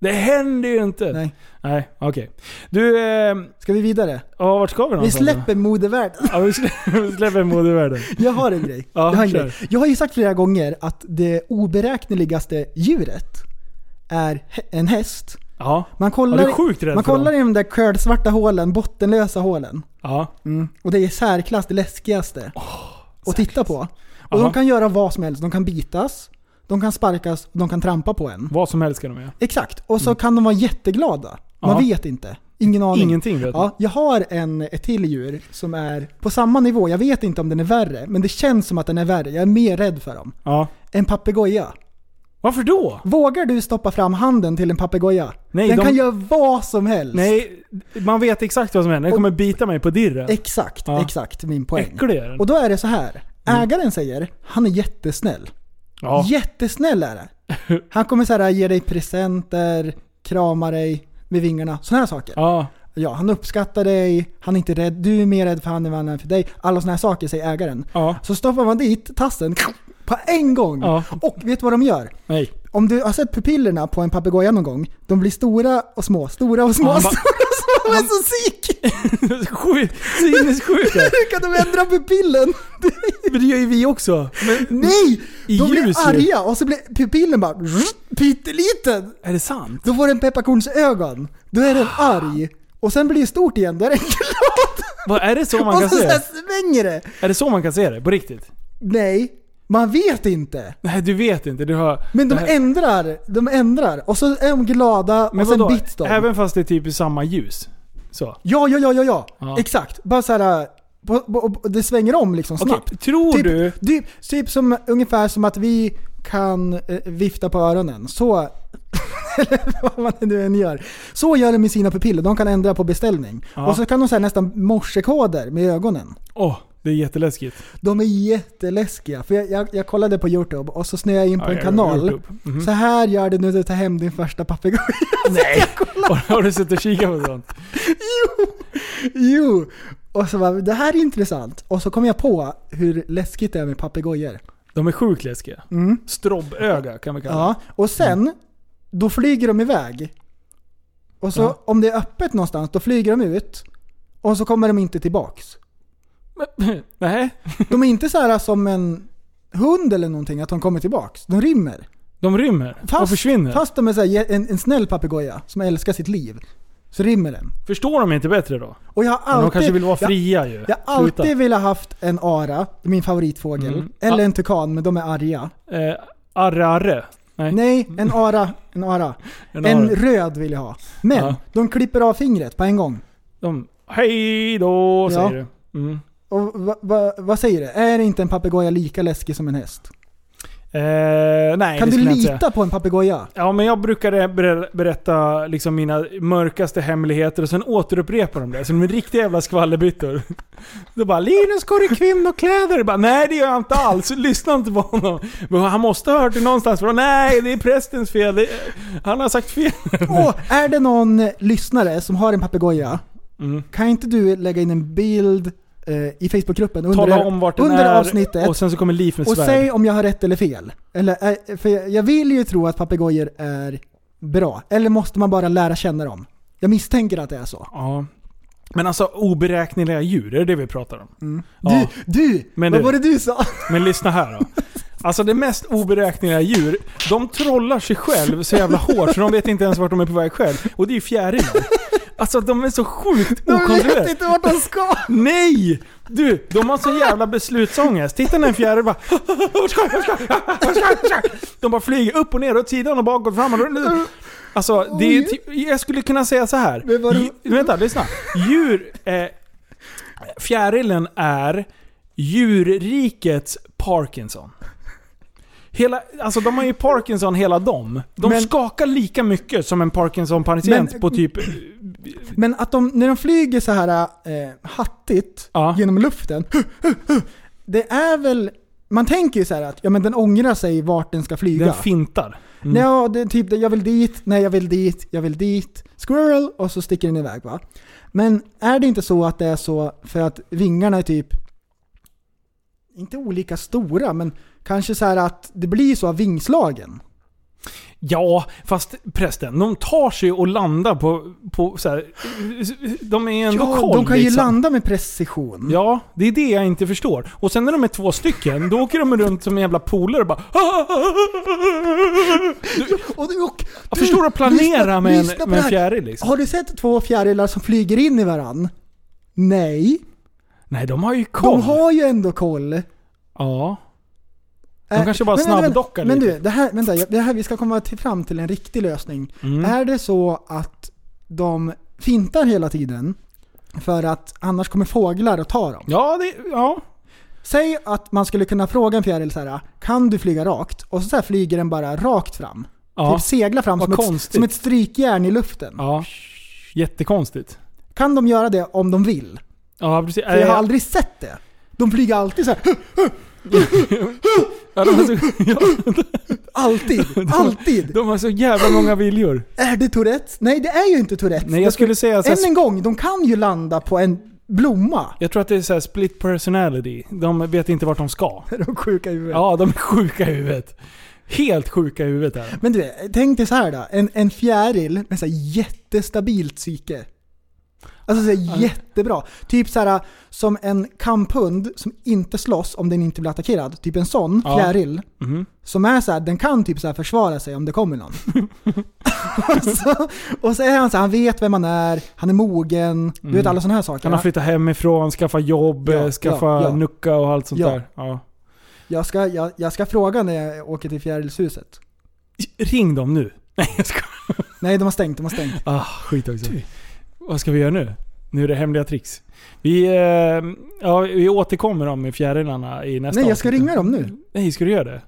Det händer ju inte. Nej. Nej, okej. Du, eh, Ska vi vidare? ja, vart ska vi Vi någonstans? släpper modevärlden. Ja, vi slä- vi släpper modevärlden. Jag har en grej. Ja, jag, har en kör. grej. jag har ju sagt flera gånger att det oberäkneligaste djuret är hä- en häst. Ja. Man Ja, kollar, du är sjukt rädd man för kollar dem. i de där kölsvarta hålen, bottenlösa hålen. Ja. Och det är i särklass det läskigaste att titta på. Och Aha. de kan göra vad som helst. De kan bitas, de kan sparkas, och de kan trampa på en. Vad som helst kan de göra. Exakt. Och så kan de vara jätteglada. Man Mm. Ja. vet inte. Ingen aning. Ingenting vet man. ja, Jag har en, ett till djur som är på samma nivå. Jag vet inte om den är värre, men det känns som att den är värre. Jag är mer rädd för dem. Ja. En papegoja. Varför då? Vågar du stoppa fram handen till en papegoja? Nej, Den de- kan göra vad som helst. Nej, man vet exakt vad som händer. Den kommer bita mig på dirren. Exakt, Ja. exakt min poäng. Äcklig är den. Och då är det så här. Ägaren säger, han är jättesnäll. Ja. Jättesnäll är det. Han kommer så här, ge dig presenter, krama dig med vingarna. Sådana här saker. Ja. Ja, han uppskattar dig, han är inte rädd, du är mer rädd för han än vad han är för dig. Alla sådana här saker säger ägaren. Ja. Så stoppar man dit tassen på en gång. Ja. Och vet du vad de gör? Nej. Om du har sett pupillerna på en papegoja någon gång, de blir stora och små, stora och små, Ja, han bara- stora och små. De är så sik! Sjuk. Sinnessjuka. Hur kan de ändra pupillen? Men det gör ju vi också. Men, Nej! I De blir ljus ju. arga och så blir pupillen bara pytteliten. är det sant? Då får den pepparkornsögon. Då är den arg. Och sen blir det stort igen, då är den glad. Vad, är det så man Och kan så, se så här det? svänger det. Är det så man kan se det? På riktigt? Nej, man vet inte. Nej, du vet inte. Du har... Men de det här- ändrar, de ändrar. Och så är de glada Men och sen vadå? bits de. Även fast det är typ i samma ljus? Så. Ja, ja, ja, ja, ja. Ja. Exakt. Bara så här. äh, bo- bo- bo- Det svänger om liksom Okej, snabbt. tror typ, du... Typ, typ som, ungefär som att vi kan eh, vifta på öronen. Så... Eller vad man nu än gör. Så gör de med sina pupiller. De kan ändra på beställning. Ja. Och så kan de säga nästan morsekoder med ögonen. Åh, det är jätteläskigt. De är jätteläskiga. För jag, jag, jag kollade på Youtube och så snöade jag in på Ja, en jag- kanal. Youtube. Mhm. Så här gör du när du tar hem din första papegoja. Nej! Har, har du suttit och kikat på sånt? Jo! Jo! Och så bara, det här är intressant. Och så kom jag på hur läskigt det är med papegojor. De är sjukt läskiga. Mm. Strobböga kan vi kalla Ja, och sen, då flyger de iväg. Och så Ja. om det är öppet någonstans, då flyger de ut. Och så kommer de inte tillbaks. det. Nej, De är inte så här som en hund eller någonting, att de kommer tillbaks. De rymmer. de rymmer och försvinner. fast de är så här, en, en snäll papegoja som älskar sitt liv. Så rymmer den. Förstår de inte bättre då? Och jag har Men alltid... de kanske vill vara jag- fria ju. Jag har alltid Sluta. velat haft en ara, min favoritfågel. Mm. Eller en tukan, men de är arga. Eh, arre arre. Nej. Nej, en ara. En ara. Mm. en En arre. röd vill jag ha. Men Ja. de klipper av fingret på en gång. De, hej då säger Ja. du. Mm. Och va, va, vad säger du? Är inte en papegoja lika läskig som en häst? Eh, kan nej, det du skulle jag inte säga. lita på en papegoja? Ja, men jag brukade ber- berätta liksom mina mörkaste hemligheter och sen återupprepa dem där. Så de är riktiga jävla skvallerbyttor. Då bara “Linus går i kvinnokläder”. Bara, nej det gör jag inte alls. Lyssna inte på honom. Men han måste ha hört det någonstans. Bara, nej, det är prästens fel. Det, han har sagt fel. Åh, är det någon eh, lyssnare som har en papegoja? Mm. Kan inte du lägga in en bild eh, i Facebookgruppen under, Tala om vart den under är avsnittet? och sen så kommer Liv med Och svärd. säg om jag har rätt eller fel. Eller, eh, för jag jag vill ju tro att papegojor är bra. Eller måste man bara lära känna dem? Jag misstänker att det är så. Ja. Men alltså oberäkneliga djur, är det det vi pratar om? Ja. Du, du! Men vad du- var det du sa? Men lyssna här då. Alltså det mest oberäkneliga djur, de trollar sig själv så jävla hårt så de vet inte ens vart de är på väg själv. Och det är ju fjärilar. Alltså de är så sjukt De vet okontrollerade. inte vart de ska! Nej! Du, de har så jävla beslutsångest. Titta när en fjäril bara... "Vart ska jag? Vart ska jag? Vart ska jag? Vart ska jag?" De bara flyger upp och ner, åt sidan och bakåt, fram och Alltså, det är, typ- jag skulle kunna säga så här. Men var det- Dju- Vänta, lyssna. Djur... Eh, fjärilen är djurrikets Parkinson. Hela, alltså de har ju Parkinson hela dem. De Men- skakar lika mycket som en Parkinson-patient Men- på typ... Men att de, när de flyger så här eh, hattigt Ja. genom luften. Det är väl... Man tänker ju så här att ja, men den ångrar sig vart den ska flyga. Den fintar. Nej, ja, det är typ det, jag vill dit, nej jag vill dit, jag vill dit. Squirrel! Och så sticker den iväg va. Men är det inte så att det är så för att vingarna är typ, inte olika stora, men kanske så här att det blir så av vingslagen. Ja, fast prästen, de tar sig och landar på... på så här, de är ändå koll de kan ju liksom. landa med precision. Ja, det är det jag inte förstår. Och sen när de är två stycken, då åker de runt som en jävla polare och bara... Och, och, Jag förstår att planera med lyssna en, på med det en här. fjäril liksom. Har du sett två fjärilar som flyger in i varann? Nej, Nej, de har ju koll. de har ju ändå koll. Ja. De kanske bara Eh, men vänta, vänta. snabbdockar Men lite. du, det här, vänta, det här, vi ska komma till, fram till en riktig lösning. Mm. Är det så att de fintar hela tiden för att annars kommer fåglar att ta dem? Ja, det... Ja. Säg att man skulle kunna fråga en fjäril så här, kan du flyga rakt? Och så, så här flyger den bara rakt fram. Ja. Typ seglar fram Vad som ett, konstigt. som ett strykjärn i luften. ja. Jättekonstigt. Kan de göra det om de vill? Ja, precis. För jag har Äh, aldrig sett det. De flyger alltid så här. ja, de, har så, ja, alltid, alltid. de har så jävla många viljor. Är det Tourettes? Nej, det är ju inte Tourettes. Nej, jag skulle säga så här, Än en gång, de kan ju landa på en blomma. Jag tror att det är så här split personality. De vet inte vart de ska. De sjuka i huvudet. Ja, de är sjuka i huvudet. Helt sjuka i huvudet här. Men du, tänk dig så här då. En, en fjäril med så här jättestabilt psyke. Alltså så här jättebra. Typ så här som en kamphund som inte slåss om den inte blir attackerad. Typ en sån Ja. fjäril. Mhm. Som är så här, den kan typ så här försvara sig om det kommer någon. och, så, och så är han så här, han vet vem man är, han är mogen. Du vet alla sådana här saker. Kan Mm. han flytta hemifrån, skaffa jobb, Ja, eh, skaffa ja, ja. nucka och allt sånt Ja. där. Ja. jag, ska, jag, jag ska fråga när jag åker till fjärilshuset. Ring dem nu. Nej, jag ska. Nej, de har stängt, de har stängt. Ah, skit också. Vad ska vi göra nu? Nu är det hemliga tricks. Vi, eh, ja, vi återkommer om fjärilarna i nästa Nej, jag ska avsnitt. ringa dem nu. Nej, ska du göra det?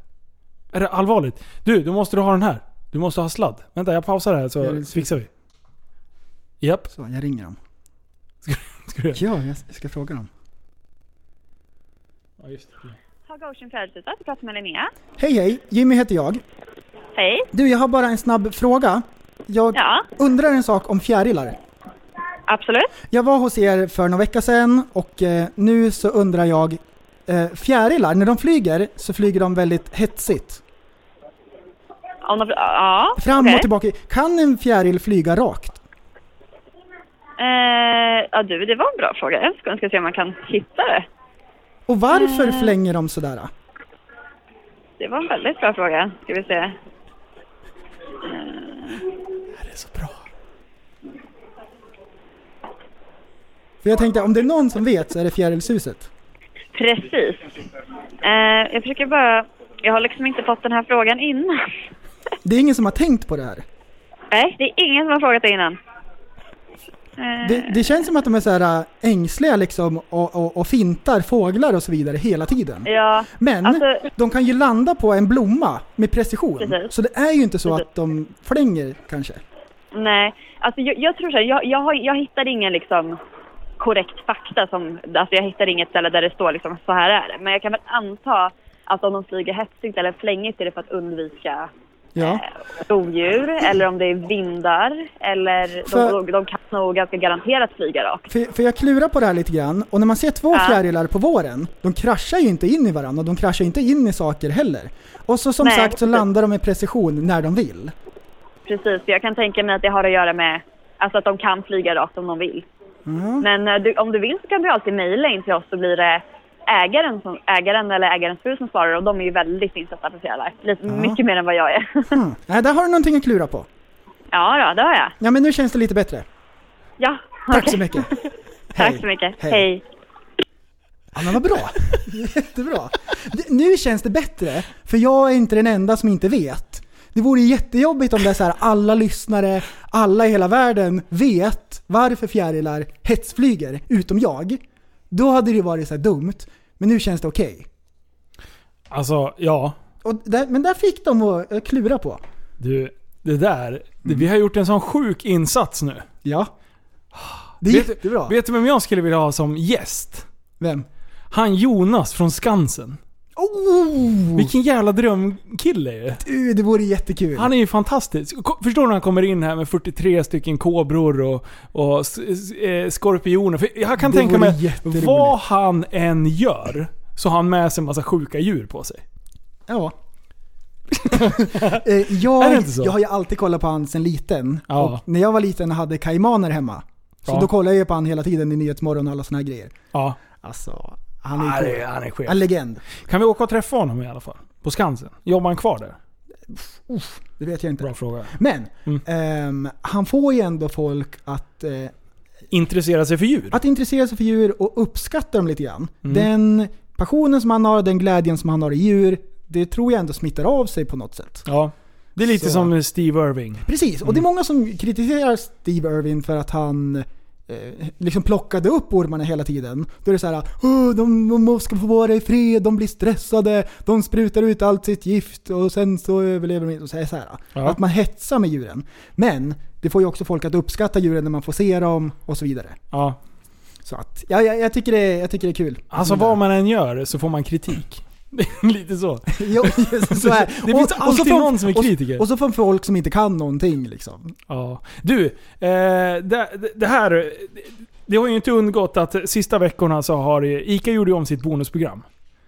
Är det allvarligt? Du, då måste du ha den här. Du måste ha sladd. Vänta, jag pausar här Jag så vill se. fixar vi. Japp. Så, jag ringer dem. Ska du göra? Ja, jag ska fråga dem. Ja, just det. Haga Ocean Fjärilshuset, du pratar med Linnea. Hej hej, Jimmy heter jag. Hej. Du, jag har bara en snabb fråga. Jag Ja, undrar en sak om fjärilar. absolut. Jag var hos er för några vecka sedan och eh, nu så undrar jag, eh, fjärilar, när de flyger så flyger de väldigt hetsigt. Om de, ja, Fram okej. och tillbaka. Kan en fjäril flyga rakt? Eh, ja, du, det var en bra fråga. Jag ska, ska se om man kan hitta det. Och varför Mm. flänger de sådär? Det var en väldigt bra fråga. Ska vi se. Det är så bra. För jag tänkte, om det är någon som vet så är det Fjärilshuset. Precis. Eh, jag försöker bara... Jag har liksom inte fått den här frågan innan. Det är ingen som har tänkt på det här. Nej, det är ingen som har frågat det innan. Eh, Det, det känns som att de är så här äh, ängsliga liksom och, och, och fintar fåglar och så vidare hela tiden. Eh, Ja, Men alltså- de kan ju landa på en blomma med precision. Precis. Så det är ju inte så Precis. att de flänger kanske. nej. Alltså jag, jag tror så här, jag, jag, har, jag hittar ingen liksom korrekt fakta som... Alltså jag hittar inget ställe där det står liksom så här är det. Men jag kan väl anta att om de flyger hetsigt eller flängigt är det för att undvika Ja. eh, rovdjur eller om det är vindar eller För- de, de kan nog ganska garanterat flyga rakt. För, för jag klurar på det här lite grann och när man ser två Ja. fjärilar på våren, de kraschar ju inte in i varandra och de kraschar ju inte in i saker heller. Och så som Nej, sagt så precis. landar de med precision när de vill. Precis, jag kan tänka mig att det har att göra med alltså att de kan flyga rakt om de vill. Mm. Men eh, du, om du vill så kan du alltid mejla in till oss så blir det ägaren, som, ägaren eller ägarens fru som svarar och de är ju väldigt insatta på fjärilar. Lite, Mycket mer än vad jag är. Mm. Nej, där har du någonting att klura på. ja då, det har jag. Ja men nu känns det lite bättre. Ja, Tack okej. så mycket. Tack Hej. så mycket. Hej. Hej. Ja men vad bra. Jättebra. Det- Nu känns det bättre, för jag är inte den enda som inte vet. Det vore ju jättejobbigt om det är så här, alla lyssnare, alla i hela världen vet varför fjärilar hetsflyger, utom jag. Då hade det ju varit så här dumt, men nu känns det okej. Alltså, ja. Och där, men där fick de att att klura på. Du, det där. det- Vi har gjort en sån sjuk insats nu. Ja. Det är Vet du- jättebra. Vet du vem jag skulle vilja ha som gäst? Vem? Han Jonas från Skansen. Oh! Vilken jävla drömkille ju. Du, det vore jättekul. Han är ju fantastisk. Ko- Förstår du när han kommer in här med 43 stycken kobror och, och s- s- eh, skorpioner? För jag kan Det tänka vore mig, att jätteroligt. vad han än gör så har han med sig en massa sjuka djur på sig. Ja. Eh, jag, Är det inte så? jag har ju alltid kollat på han sen liten. Ja. Och när jag var liten och hade kaimaner hemma. Så Ja. då kollade jag ju på han hela tiden i Nyhetsmorgon och alla såna här grejer. Ja. Alltså, han är ju cool. han är En chef. legend. Kan vi åka och träffa honom i alla fall? På Skansen? Jobbar han kvar där? Det vet jag inte. Bra fråga. Men, Mm. ehm, han får ju ändå folk att, eh, Intressera sig för djur? att intressera sig för djur och uppskatta dem lite grann. Mm. Den passionen som han har, den glädjen som han har i djur, det tror jag ändå smittar av sig på något sätt. Ja. Det är lite Så. som Steve Irving. Precis, och det är Mm. många som kritiserar Steve Irwin för att han eh, liksom plockade upp ormarna hela tiden. Då är det så här, "Åh, de, de må- ska få vara i fred, de blir stressade, de sprutar ut allt sitt gift och sen så överlever de inte." och så här, så här. Ja. Att man hetsar med djuren. Men det får ju också folk att uppskatta djuren när man får se dem och så vidare. Ja. Så att, ja, jag, jag, tycker, det, jag tycker det är kul. Alltså Mm. vad man än gör så får man kritik. Det är lite så. Jo, just, så här. Det finns Och- och så alltid får- någon som är och- kritiker. Och så från folk som inte kan någonting liksom. Ja. Du, eh, det, det här... det- Det har ju inte undgått att sista veckorna så har ju- ICA gjorde ju om sitt bonusprogram.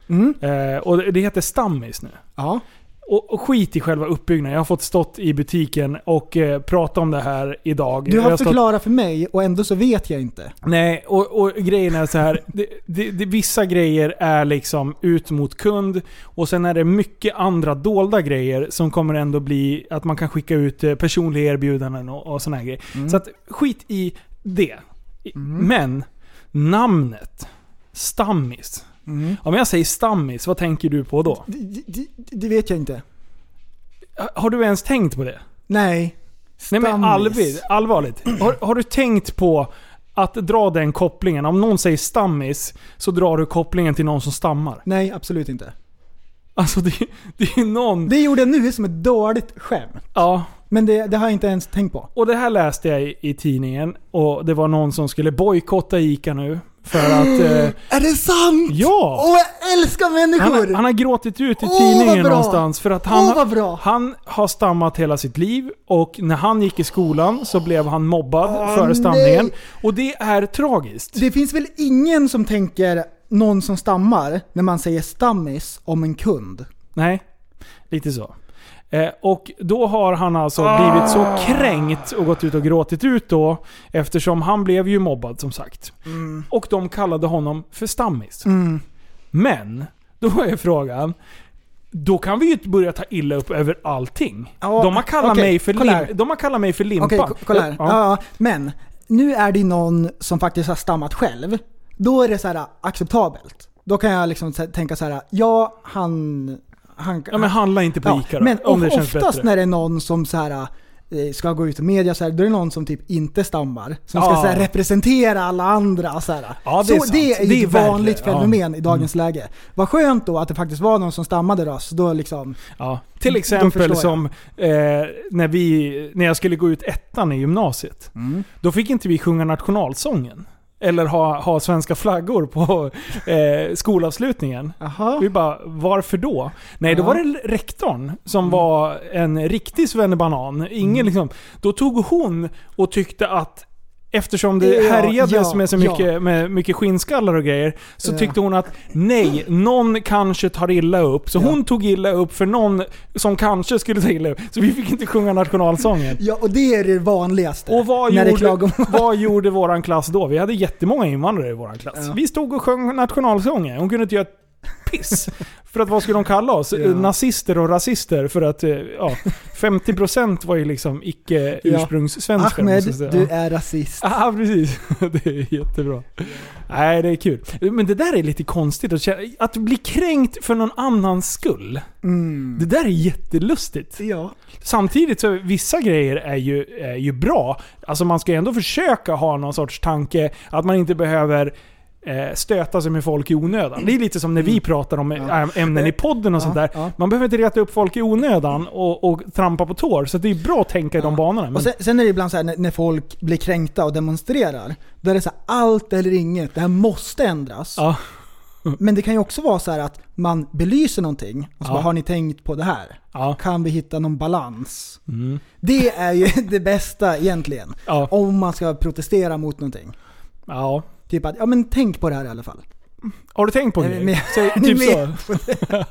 Mm. Eh, och det- det heter Stammis nu. Ja. Och, och skit i själva uppbyggnaden. Jag har fått stått i butiken och eh, prata om det här idag. Du Jag har stått- förklarat för mig och ändå så vet jag inte. Nej, och, och grejen är så här. Det, det, det, vissa grejer är liksom ut mot kund och sen är det mycket andra dolda grejer som kommer ändå bli att man kan skicka ut eh, personliga erbjudanden och, och såna här grejer. Så att skit i det. I- Men namnet Stammis. Om jag säger stammis, vad tänker du på då? Det, det, det vet jag inte. Har du ens tänkt på det? Nej. Nej men Stammis. allvarligt, allvarligt. Har, har du tänkt på att dra den kopplingen? Om någon säger stammis så drar du kopplingen till någon som stammar. Nej, absolut inte. Alltså det, det är ju någon... Det gjorde jag nu som ett dåligt skämt. Ja. Men det, det har jag inte ens tänkt på. Och det här läste jag i, i tidningen och det var någon som skulle bojkotta ICA nu. För att... Eh, Är det sant? ja! Åh, jag älskar Han, människor! har- han har gråtit ut i Åh, vad tidningen bra. någonstans för att han, Åh, har- vad bra. han har stammat hela sitt liv och när han gick i skolan så blev han mobbad före stamningen. Ah, nej. Och det är tragiskt. Det finns väl ingen som tänker någon som stammar när man säger stammis om en kund? Nej, lite så. Eh, och då har han alltså blivit Ah. så kränkt och gått ut och gråtit ut då. Eftersom han blev ju mobbad som sagt. Mm. Och de kallade honom för stammis. Men, då är frågan. Då kan vi ju inte börja ta illa upp över allting. Ja, de, har kallat okej, mig för kolla lim, här. de har kallat mig för limpa. Okej, ko- kolla här. Ja. Ja. men nu är det någon som faktiskt har stammat själv. Då är det så här acceptabelt. Då kan jag liksom så här, tänka så här, ja han... han Ja men handla inte på Ja, ICA då, Men om det of- känns oftast bättre. när det är någon som så här eh, ska gå ut i media så här, då är det någon som typ inte stammar. Som ska Ja. så här, representera alla andra. Så, här. Ja, det är så sant. det är ju Det är ett vanligt värre, ja. Mm. fenomen i dagens läge. Vad skönt då att det faktiskt var någon som stammade då. Så då liksom, Ja. Till Då förstår exempel jag. som eh, när, vi, när jag skulle gå ut ettan i gymnasiet. Mm. Då fick inte vi sjunga nationalsången. Eller ha, ha svenska flaggor på eh, skolavslutningen. aha. Vi bara, varför då? Nej, då var det rektorn Mm. som var en riktig svennebanan. Ingen liksom, då tog hon och tyckte att Eftersom det Ja, härjades ja, med så ja. mycket, med mycket skinnskallar och grejer, så Ja. tyckte hon att nej, någon kanske tar illa upp. Så hon tog illa upp för någon som kanske skulle ta illa upp. Så vi fick inte sjunga nationalsången. Ja, och det är det vanligaste. Och vad när det är gjorde, klagomål. vad gjorde våran klass då? Vi hade jättemånga invandrare i våran klass. Vi stod och sjöng nationalsången. Hon kunde inte göra ett piss. för att vad skulle de kalla oss? Eh, Nazister och rasister. För att eh, ja, 50% var ju liksom icke-ursprungssvenskar. Ahmed, måste jag du säga. Ja. är rasist. Ah, precis. Det är jättebra. Nej, det är kul. Men det där är lite konstigt. Att, känna, att bli kränkt för någon annans skull. Det där är jättelustigt. Mm. Ja. Samtidigt så vissa grejer är ju, är ju bra. Alltså man ska ändå försöka ha någon sorts tanke att man inte behöver eh, stöta sig med folk i onödan. Det är lite som när vi pratar om ä- ämnen i podden och sånt där. Mm. ja. Man behöver inte reta upp folk i onödan och, och trampa på tår. Så det är bra att tänka i de banorna. Men, Och sen, sen är det ibland så här när, när folk blir kränkta och demonstrerar. Då är det så här, allt eller inget. Det här måste ändras. ja, Men det kan ju också vara så här att man belyser någonting och så Ja. bara, har ni tänkt på det här? ja, mm, Kan vi hitta någon balans? Det är ju det bästa egentligen. Ja. Om man ska protestera mot någonting. ja. Typ att, ja men tänk på det här i alla fall. Har du tänkt på Är det? ni med- är ni typ så. med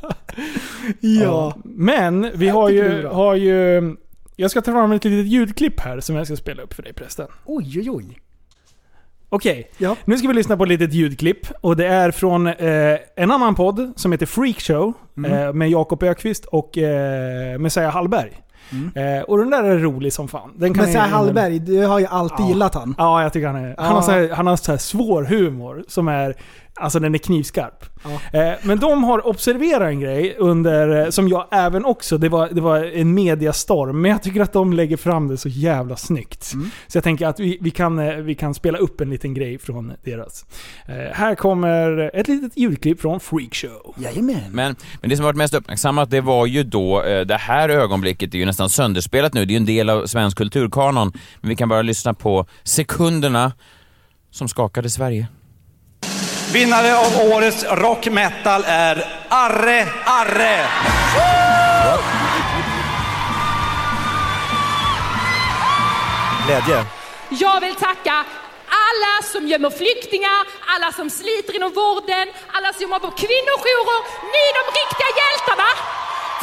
Ja. Men vi Jag har tycker det är ju, bra. har ju... Jag ska ta fram ett litet ljudklipp här som jag ska spela upp för dig prästen. Oj oj oj. Okej, Ja. nu ska vi lyssna på ett litet ljudklipp. Och det är från eh, en annan podd som heter Freakshow eh, med Jakob Ökvist och eh, Messiah Hallberg. Eh, och den där är rolig som fan. Den kan Men så här, ni- Hallberg, du har ju alltid Ja. gillat han. Ja, jag tycker han är... Han har, Ja. så här, han har så här svår humor som är... Alltså den är knivskarp. Eh, men de har observerat en grej under, eh, som jag även också, det var, det var en mediastorm, men jag tycker att de lägger fram det så jävla snyggt. Mm. Så jag tänker att vi, vi, kan, eh, vi kan spela upp en liten grej från deras. Eh, här kommer ett litet ljudklipp från Freakshow. Jajamän. Men, men det som varit mest uppmärksammat det var ju då, eh, det här ögonblicket är ju nästan sönderspelat nu, det är ju en del av svensk kulturkanon. Men vi kan bara lyssna på sekunderna som skakade Sverige. Vinnare av årets rock metal är Arre Arre. Glädje. Jag vill tacka alla som gömmer flyktingar, alla som sliter inom vården, alla som jobbar på kvinnojourer. Ni är de riktiga hjältarna!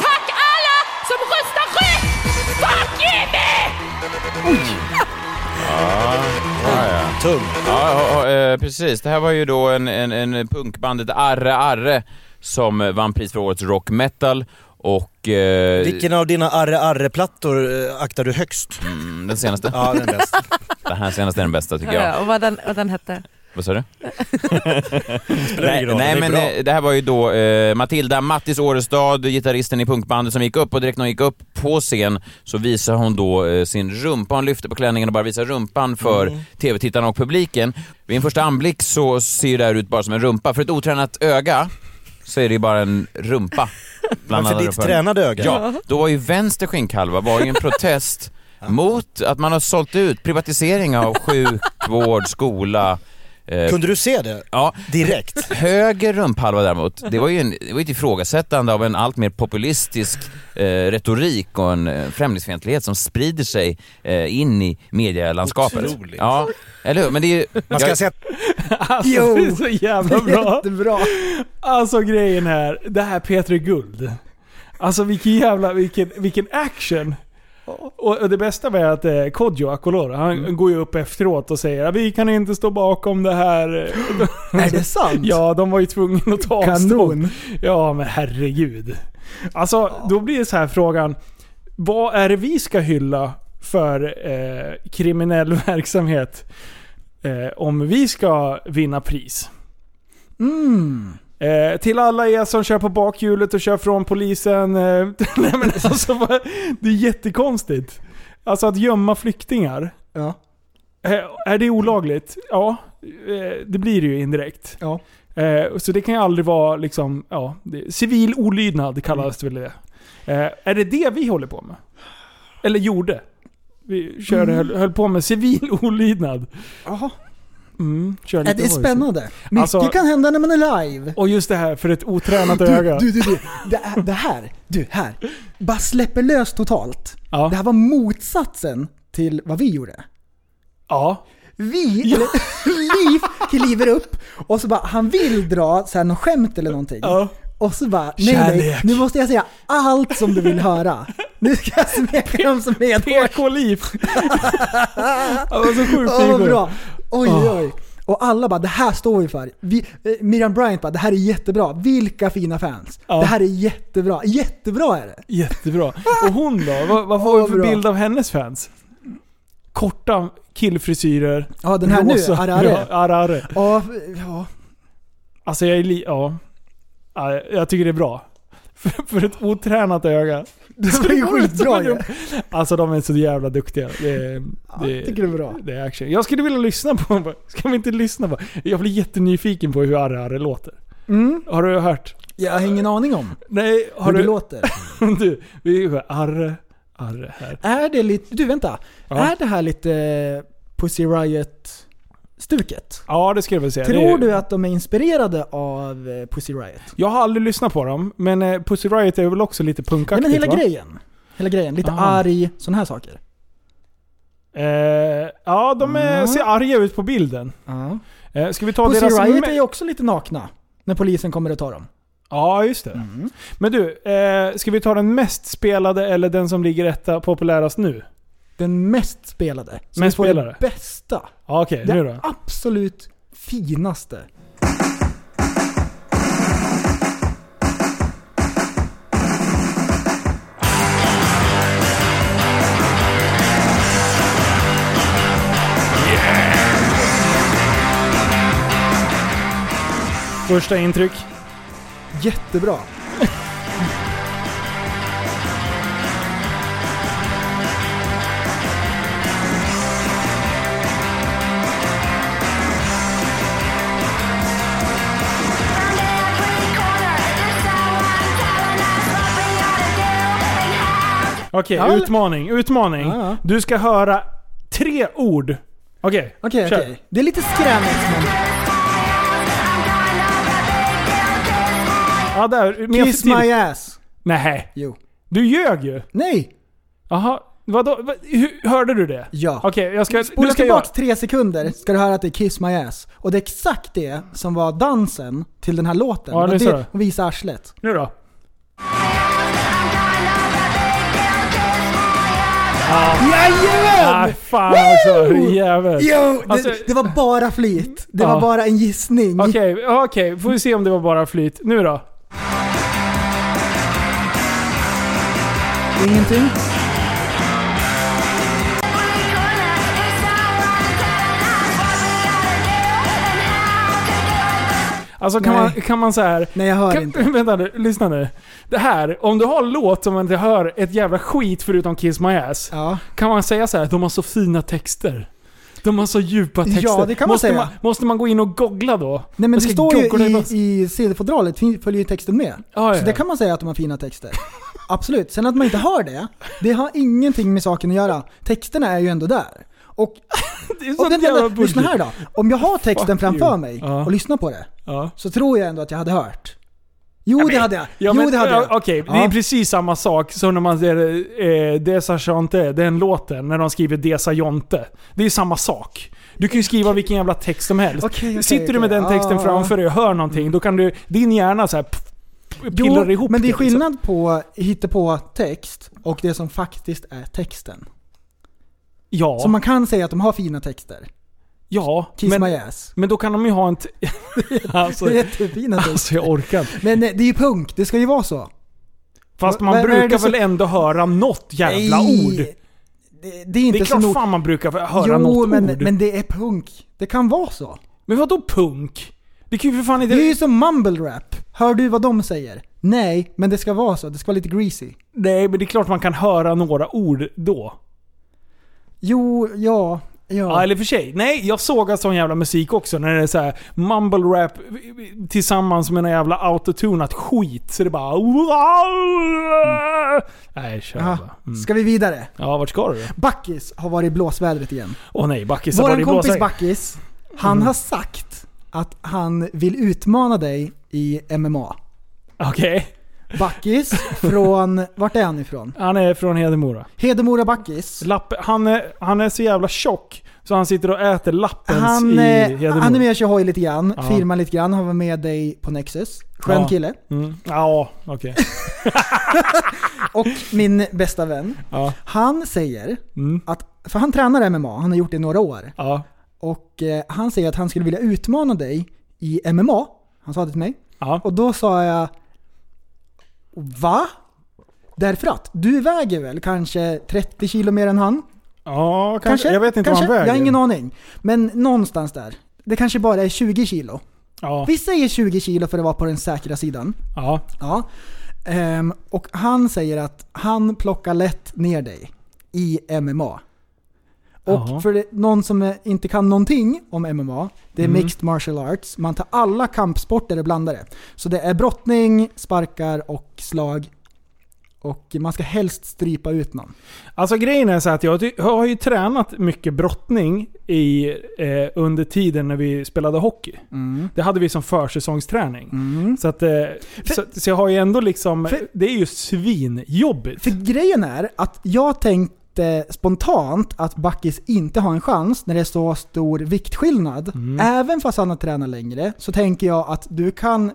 Tack alla som röstar rött! Fuck Jimmy! Tung. Ja, ja, ja, eh, precis. Det här var ju då en, en, en punkbandet Arre Arre som eh, vann pris för årets rock metal och... Eh, Vilken av dina arre-arre-plattor eh, aktar du högst? mm, Den senaste. Ja, den är bäst. Den här senaste är den bästa tycker jag. Och vad den, vad den hette? Vad sa du? Spelar ingen roll, den nej är men bra. eh, det här var ju då eh, Matilda Mattis Årestad, gitarristen i punkbandet som gick upp och direkt när hon gick upp på scen så visade hon då eh, sin rumpa, hon lyfte på klänningen och bara visade rumpan för Mm. tv-tittarna och publiken. Vid en första anblick så ser ju det här ut bara som en rumpa, för ett otränat öga så är det ju bara en rumpa. Men bland för alla ditt rumpor. tränade öga? Ja, då var ju vänster skinnkalva var ju en protest mot att man har sålt ut privatisering av sjukvård, skola, eh, Kunde du se det? ja, Direkt? Höger rumphalva däremot, det var ju en, det var ju ett ifrågasättande av en allt mer populistisk eh, retorik och en eh, främlingsfientlighet som sprider sig eh, in i medielandskapet. Otroligt. Ja, eller hur? Men det är ju... Man ska jag- säga Alltså Jo. det är så jävla bra. Jättebra. Alltså grejen är, det här P3 Guld. Alltså vilken jävla, vilken, vilken action. Och, och det bästa var att eh, Kodjo Akolor, han går ju upp efteråt och säger vi kan inte stå bakom det här. eh, Är det sant? Ja, de var ju tvungna att ta avstånd. Kanon. Ja, men herregud. Alltså, då blir så här frågan. Vad är det vi ska hylla för eh, kriminell verksamhet eh, om vi ska vinna pris. Eh, till alla er som kör på bakhjulet och kör från polisen. Eh, nej men alltså, vad- det är jättekonstigt. Alltså att gömma flyktingar. Ja. Eh, är det olagligt? Ja, eh, det blir det ju indirekt. Ja. Eh, så det kan ju aldrig vara liksom, ja, det, civil olydnad kallas väl det. Eh, är det det vi håller på med? Eller gjorde? Vi körde, höll, höll på med civil olydnad. Mm. Jaha. Mm, kör Ja, lite Äh, det är voice. spännande. Mycket Alltså- kan hända när man är live. Och just det här för ett otränat Du, öga. du, du, du. Det, är- det här. Du, här. Bara släpper lös totalt. Ja. Det här var motsatsen till vad vi gjorde. Ja. Vi, eller Liv, kliver upp och så bara, han vill dra så här något skämt eller någonting. ja. Och så bara, nej nej, Kärlek. nu måste jag säga allt som du vill höra. Nu ska jag smeka dem som är PK-liv. det var så sjukt Åh vad igår. bra! Oj Typ Ah. oj. Och alla bara, det här står vi för. Vi, eh, Miriam Bryant bara, det här är jättebra. Vilka fina fans. Ja. Det här är jättebra. Jättebra är det. Jättebra. Och hon då? Vad, vad får Åh, vi för bra. bild av hennes fans? Korta killfrisyrer. Ja, den här nu, rosa- Arare. Ja, Arare. Ja, ja. Alltså jag är li... Ja. Ja, Jag tycker det är bra. För, för ett otränat öga. Det var ju skitbra ju. Alltså de är så jävla duktiga. Det, är- Ja, jag tycker det är bra. det är action. Jag skulle vilja lyssna på... Ska vi inte lyssna på... Jag blir jättenyfiken på hur Arare låter. Mm, Har du hört? jag har ingen aning om Nej, har hur du... det låter. Du, vi är arre, arre här. Är det lite, du vänta. Ja. Är det här lite eh, Pussy Riot-stuket? Ja, det skulle jag väl säga. Det är- Tror du att de är inspirerade av eh, Pussy Riot? Jag har aldrig lyssnat på dem, men eh, Pussy Riot är väl också lite Nej punkaktigt men hela va? grejen. Hela grejen. Lite Aha. arg, sådana här saker. Eh, ja, de är, Mm. ser arga ut på bilden. Eh, ska vi ta Pussy deras... Riot mä- är ju också lite nakna. När polisen kommer och tar dem. Ja, just det. Mm. Men du, eh, ska vi ta den mest spelade eller den som ligger etta populärast nu? Den mest spelade. Så Mest vi får spelare. det bästa. Ja, Okej, Det nu då. absolut finaste. Första intryck. Jättebra. Okej, Ja. utmaning, utmaning. Ja, ja. Du ska höra tre ord. Okej, Okej, kör. okej. Det är lite skrämmigt men... Ja, där. mer Kiss för tidigt. my ass. Nej, Jo. du ljög ju. Nej! Jaha, vadå? Va- Hur, hörde du det? Ja. Okej, jag ska... Spola nu ska tillbaka jag... tre sekunder ska du höra att det är Kiss My Ass. Och det är exakt det som var dansen till den här låten. Ja, och lyssna det då. och visa arslet. Nu då. Ah, Jajamän! fan alltså, Ah, Woo! hur jävel. Jo! Det, Alltså- det var bara flit. Det Ja. var bara en gissning. Okej, okej. Får vi se om det var bara flyt. Nu då? Ingenting. Alltså kan Nej. man, kan man så här... Nej jag hör inte. Kan, vänta nu, lyssna nu. Det här, om du har en låt som man inte hör ett jävla skit förutom Kiss My Ass. Ja. Kan man säga så här, de har så fina texter. De har så djupa texter. Ja, det kan man måste säga. Man, måste man gå in och googla då? Nej men Jag det ska står ju googla i, ibland. i CD-fodralet, fin- följer ju texten med. Ja, ja, Så det ja. kan man säga att de har fina texter. Absolut. Sen att man inte hör det, det har ingenting med saken att göra. Texterna är ju ändå där. Och, Det är och sånt den, jävla den, lyssna här bullshit. då. Om jag har texten Fuck framför you. mig Ja. och lyssnar på det, Ja. så tror jag ändå att jag hade hört. Jo det hade jag. Ja, jo men, det hade jag. ja, Okej, det Ja. är precis samma sak som när man säger eh, Desa Chante, den låten, när de skriver Desa Jonte. Det är ju samma sak. Du kan ju skriva vilken jävla text som helst. Okej, okej, Sitter du med okej. Ah. den texten Ja, framför dig och hör någonting, då kan du, din hjärna så här pff, pillar Jo, ihop men det är liksom. skillnad på på text och det som faktiskt är texten. Ja, Så man kan säga att de har fina texter. ja Kiss men, my ass. men då kan de ju ha en... T- alltså, Det är jättefina texter. alltså jag orkar inte. Men eh, det är ju punk, det ska ju vara så. Fast Va- man vad är det brukar som- väl ändå höra något jävla ord? det, det är inte det så är klart nog... fan man brukar höra jo, något men, ord. men det är punk. Det kan vara så. Men vadå punk? Det kan ju för fan Det inte... är ju som mumble rap. Hör du vad de säger? Nej, men det ska vara så. Det ska vara lite greasy. Nej, men det är klart man kan höra några ord då. Jo, ja, Ja, ja. eller för sig. Nej, jag sågar sån jävla musik också. När det är så här mumble rap tillsammans med en jävla autotunat skit. Så det bara... Nej, kör Aha. bara. Mm. Ska vi vidare? Ja, vart ska du? Backis har varit i blåsvädret igen. Åh nej, Backis har varit Vår i Mm. kompis blåsväder. Backis, han har sagt att han vill utmana dig i MMA. Okej. Backis från, vart är han ifrån? Han är från Hedemora. Hedemora Backis. Lapp, han, är, han är så jävla tjock så han sitter och äter lappens Han, i eh, Hedemora. han är med och kör hoj lite grann, Ja. firmar lite grann, han var med dig på Nexus. Skön Ja. kille. Mm. Ja, okej. Och min bästa vän. Ja. Han säger Mm. att, för han tränar MMA, han har gjort det i några år. Ja. Och eh, han säger att han skulle vilja utmana dig i MMA. Han sa det till mig. Ja. Och då sa jag... Va? Därför att du väger väl kanske 30 kilo mer än han? ja, kanske. Kanske? Jag vet inte kanske? vad han väger. Jag har ingen aning. Men någonstans där. Det kanske bara är 20 kilo. Ja. Vi säger 20 kilo för att vara på den säkra sidan. Ja. Ja. Ehm, och han säger att han plockar lätt ner dig i MMA. Och Jaha. för det- någon som eh, inte kan någonting om MMA, det är mixed martial arts. Man tar alla kampsporter och blandar det. Så det är brottning, sparkar och slag. Och man ska helst strypa ut någon. Alltså grejen är så här att jag, ty- jag har ju tränat mycket brottning i, eh, under tiden när vi spelade hockey. Mm. Det hade vi som försäsongsträning. Så, att, eh, så, så jag har ju ändå liksom... för- det är ju svinjobbigt. För grejen är att jag tänkte spontant att Backis inte har en chans när det är så stor viktskillnad. Mm. Även fast han har tränat längre så tänker jag att du kan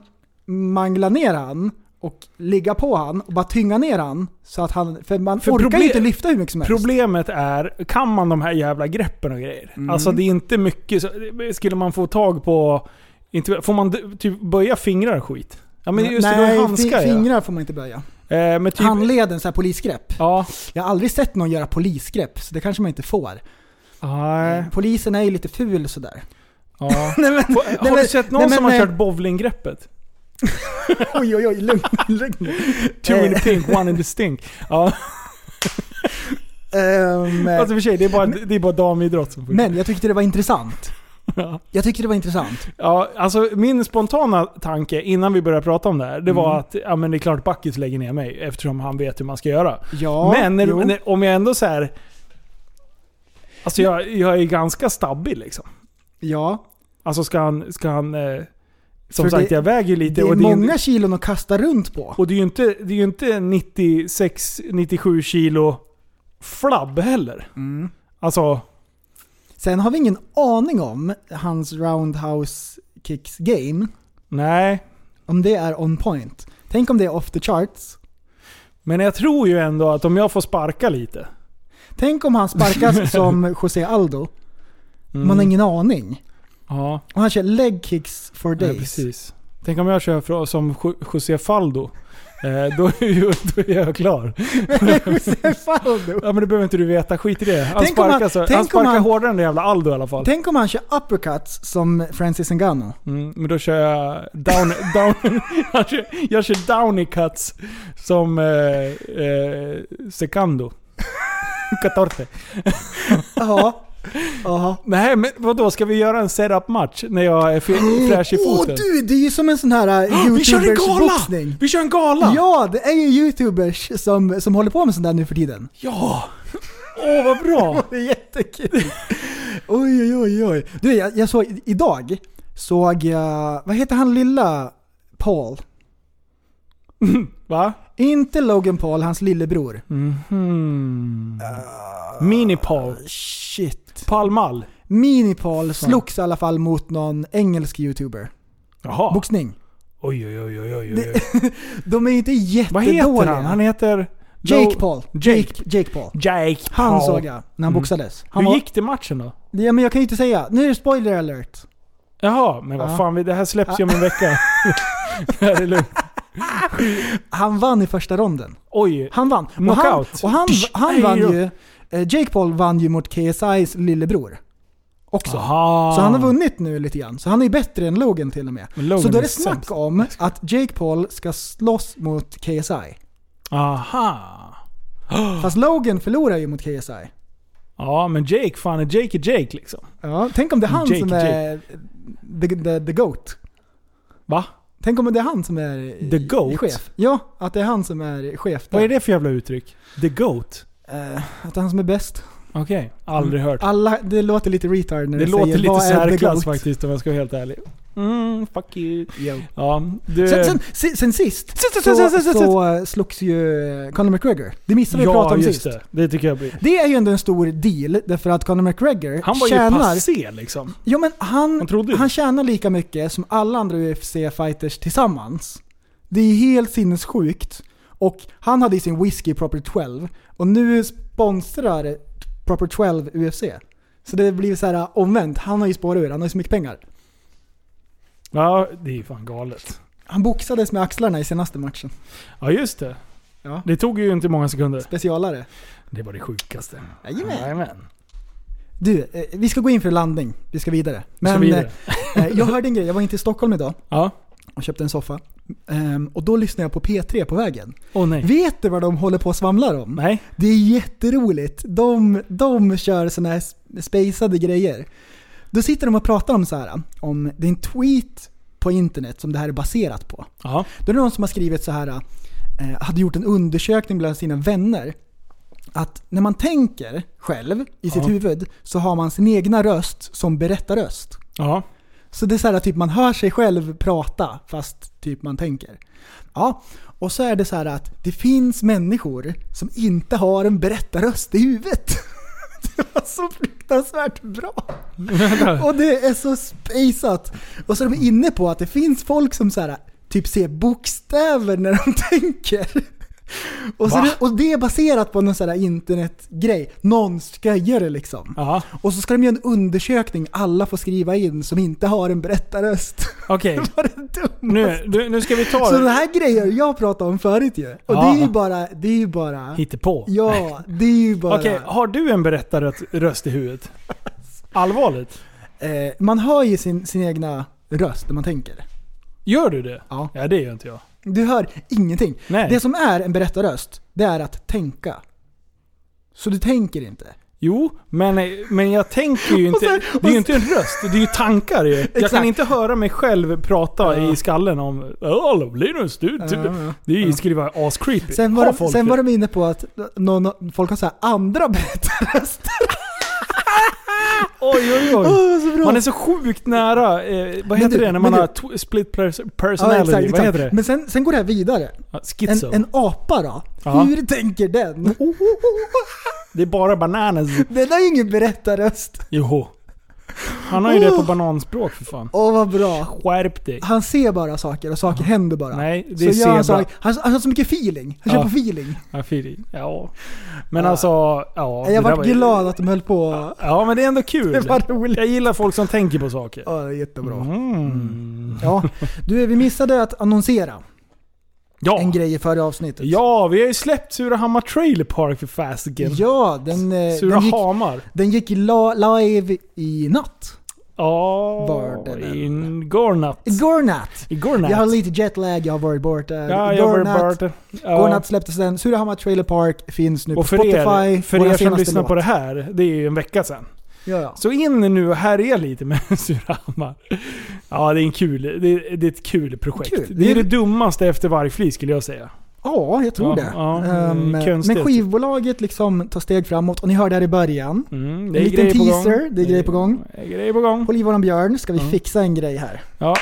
mangla ner han och ligga på han och bara tynga ner han. Så att han för man För orkar proble- ju inte lyfta hur mycket som helst. Problemet är, kan man de här jävla greppen och grejer? Mm. Alltså det är inte mycket. Så, skulle man få tag på... Inte, får man d- typ böja fingrar och skit? Ja men just det, då är Nej, handskar fi- ja. fingrar får man inte böja. Eh, men typ, Handleden, så här polisgrepp. Ja. Jag har aldrig sett någon göra polisgrepp, så det kanske man inte får. Nej. Polisen är ju lite ful sådär. Ja. Nej, men, Har nej, du men- sett någon nej, men, som har eh, kört bowlinggreppet? Oj, oj, oj, lugn, lugn. Two in Eh. the pink, one in the stink. Ja. Ehm, Alltså för sig, det är bara, det är bara damidrott som funkar. Men jag tyckte det var intressant. Ja. Jag tyckte det var intressant. Ja, alltså min spontana tanke innan vi började prata om det här, det Mm. var att ja, men det är klart Backis lägger ner mig eftersom han vet hur man ska göra. Ja, men när, jo. när, om jag ändå så här. Alltså jag, jag är ganska stabbig liksom. Ja, Alltså ska han... Ska han eh, som För sagt, det- jag väger ju lite. det är och det är- många kilon att kasta runt på. Och det är ju inte, det är ju inte 96-97 kilo flabb heller. Mm. Alltså, Sen har vi ingen aning om hans roundhouse kicks game, nej. om det är on point. Tänk om det är off the charts. Men jag tror ju ändå att om jag får sparka lite. Tänk om han sparkas som José Aldo. Man har ingen aning. Mm. Ja, Och han kör leg kicks for ja, days. precis. Tänk om jag kör för, som Jo- José Faldo. Eh, då, är ju, då är jag klar. José Aldo. Ja men det behöver inte du veta, skit i det. Han Tänk om sparkar, han- så, han tänk om sparkar han- hårdare än den jävla Aldo i alla fall. Tänk om han kör uppercuts som Francis Ngannou. Mm, men då kör jag down... down jag, kör, jag kör downy cuts som eh, eh, Secando. Catorte. Ja. Jaha. Nej men vadå, ska vi göra en setup-match när jag är fr- fräsch i Åh foten? du, det är ju som en sån här eh, vi kör en youtubers gala! boxning. Vi kör en gala! Ja, det är ju youtubers som, som håller på med sånt där nu för tiden. Ja! Åh vad bra! Det är jättekul. Oj, oj, oj, oj. Du, jag, jag såg idag, såg jag, vad heter han lilla Paul? Va? Inte Logan Paul, hans lillebror. Mm. Hmm. Mini-Paul. Ah, Shit. Palmall. Mini-Paul slogs i alla fall mot någon engelsk youtuber. Jaha. Boxning. oj, oj, oj, oj, oj, oj. De är inte Vad heter jättedåliga. han? Han heter... Jake Lo- Paul. Jake. Jake Paul. Jake Han Paul. Mm. såg jag när han boxades. Han Hur var- gick det matchen då? Ja, men jag kan ju inte säga. Nu är det spoiler alert. Jaha, men vad Ja. fan, vi- det här släpps ju om en vecka. det här är lugnt. Han vann i första ronden. Oj. Han vann. Och han, Knockout. och han, han Aj, vann ja. ju... eh, Jake Paul vann ju mot KSI's lillebror. Också. Aha. Så han har vunnit nu lite grann. Så han är bättre än Logan till och med. Men Logan så då är är det snack sämst. om att Jake Paul ska slåss mot KSI. Aha. Ah. Fast Logan förlorar ju mot KSI. Ja, men Jake, fan är Jake är Jake liksom. Ja, tänk om det är han Jake, som är the, the, the GOAT. Va? Tänk om det är han som är The Goat? chef. Ja, att det är han som är chef där. Vad är det för jävla uttryck? The Goat? Eh, att det är han som är bäst. Okej, aldrig hört. Alla, det låter lite retard när Det du låter Mm. Ah, säger lite "Vad är the särklass GOAT?" faktiskt om jag ska vara helt ärlig. Mm, fuck you. Jo. Ja, du... Sen, sen, sen, sen sist Sen- sen- så, sen- sen- sen- så eh, slogs ju eh, Conor McGregor. Det missade vi att prata om just sist. Det. det. Det tycker jag blir... är ju ändå en stor deal därför att Conor McGregor Han var ju tjänar... passé liksom. Jo, men han, Man trodde ju han tjänar lika mycket som alla andra UFC-fighters tillsammans. Det är helt sinnessjukt. Och han hade i sin whisky Proper 12 och nu sponsrar Proper 12 UFC. Så det blir så här eh, omvänt. Han har ju spårat ur, han har ju så mycket pengar. Ja, det är ju fan galet. Han boxades med axlarna i senaste matchen. Ja, just det. Ja. Det tog ju inte många sekunder. Specialare. Det var det sjukaste. Jajamän. Jajamän. Du, eh, vi ska gå in för landning. Vi ska vidare. Men, Men vidare. eh, jag hörde en grej. Jag var inte i Stockholm idag Ja. och köpte en soffa. Ehm, och då lyssnade jag på P3 på vägen. Åh nej. Vet du vad de håller på och svamlar om? Nej. Det är jätteroligt. De, de kör såna här spacade grejer. Då sitter de och pratar om så här, om det är en tweet på internet som det här är baserat på. Ja. Då är det någon som har skrivit så här, eh, hade gjort en undersökning bland sina vänner. Att när man tänker själv i sitt Ja. huvud så har man sin egna röst som berättarröst. Ja. Så det är så här, typ man hör sig själv prata fast typ man tänker. Ja, och så är det så här att det finns människor som inte har en berättarröst i huvudet. Det var så fruktansvärt bra. Och det är så spaceat. Och så är de inne på att det finns folk som så här, typ ser bokstäver när de tänker. Och, så Va? det, och det är baserat på någon sån här internetgrej. Någon skojare liksom. Ja. Och så ska de göra en undersökning alla får skriva in som inte har en berättarröst. Okej. Det var det dummaste. Nu, du, nu ska vi ta Så det här grejer jag pratade om förut ju. Och det är ju Ja. bara... Det är ju bara... på. Ja, det är ju bara... Okej, har du en berättarröst i huvudet? Allvarligt? Eh, man hör ju sin, sin egna röst när man tänker. Gör du det? Ja. Ja, det gör inte jag. Du hör ingenting. Nej. Det som är en berättarröst, det är att tänka. Så du tänker inte. Jo, men, men jag tänker ju inte... Och sen- det är ju inte en röst, det är ju tankar ju. Jag Exakt. kan inte höra mig själv prata i skallen om "Ja, då blir det en stud. Ja, ja, Det är ju skriva ascreepy. Sen Har var, de, folk sen var det? de inne på att nå- nå- folk har så här andra berättarröster. Oj, oj, oj. Åh, så bra. Man är så sjukt nära... Eh, vad Men heter du- det när men man du- har tw- split pers- Ja, personality? exakt, Vad exakt. heter det? Men sen, sen går det här vidare. Ja, En, Schizo. en apa då? Ja. Hur tänker den? Det är bara bananas. Den har ju ingen berättarröst. Joho. Han har ju det på bananspråk för fan. Åh vad bra. Skärp dig. Han ser bara saker och saker händer bara. Nej, det så är gör han, zebra. saker- han, han har så mycket feeling. Han kör Ja. på feeling. Ja, Fili. Ja. Men alltså, ja. det jag där vart glad att de höll på. Ja, men det är ändå kul. Det var roligt. Jag gillar folk som tänker på saker. Ja, det är jättebra. Mm. Ja, du, vi missade att annonsera Ja. en grej i förra avsnittet. ja, vi har ju släppt Surahammar Trailer Park för fasiken. ja den, eh, den gick, Surahammar. den gick la- live i natt. Ja, Var den eller? igår natt. Igår natt. Igår natt. Jag har lite jetlag, jag har varit borta. ja, Igår jag var natt. borta. Igår Ja. natt släpptes den. Surahammar Trailer Park finns nu på Och för Spotify. er, för våra er som senaste lyssnar låt. på det här, det är ju en vecka sedan. Ja, ja. Så in nu och härja lite med Surahammar. Ja, det är, en kul, det är, det är ett kul projekt. Kul. Det är det dummaste efter vargflis skulle jag säga. ja, jag tror Ja, det. ja, det är Ehm, konstigt. men skivbolaget liksom tar steg framåt och ni hörde här i början. Mm, En liten grejer på teaser, gång. det är grejer på gång. Det är grejer på gång. Håll i våran björn, ska vi Ja. fixa en grej här. Ja.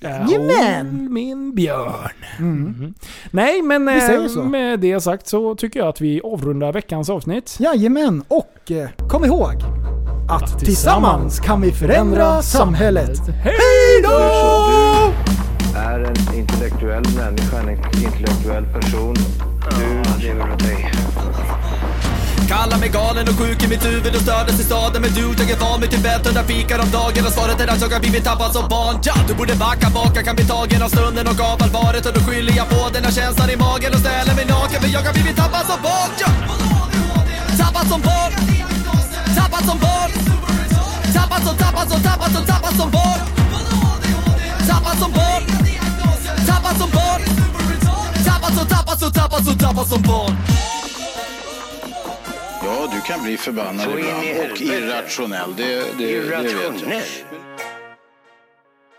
Jajamän! Mm. Håll Min björn. Mhm. Nej, men Vi säger eh, så. med det sagt så tycker jag att vi avrundar veckans avsnitt. Jajamän, och eh, kom ihåg att tillsammans tillsammans kan vi förändra samhället. Hej Så du är en intellektuell människa, en intellektuell person. Du lever av dig. Kalla Kallar mig galen och sjuk i mitt huvud och stördes i staden Men du, jag är van vid Tibet och där fikar om dagen Och svaret är att jag har blivit tappad som barn ja, Du borde backa bak, jag kan bli tagen av stunden och av allvaret Och då skyller jag på den här känslan i magen och ställer mig naken För jag har blivit tappad som barn ja. Tappad som barn Tappad som barn Tappad som, tappad som, tappad som, tappad som barn Tappad som barn Tappad som barn Tappad som, tappad som, tappad som, tappad som barn Ja, du kan bli förbannad Så in i ibland och helvete. irrationell. Det, det, det vet jag. Irrationell?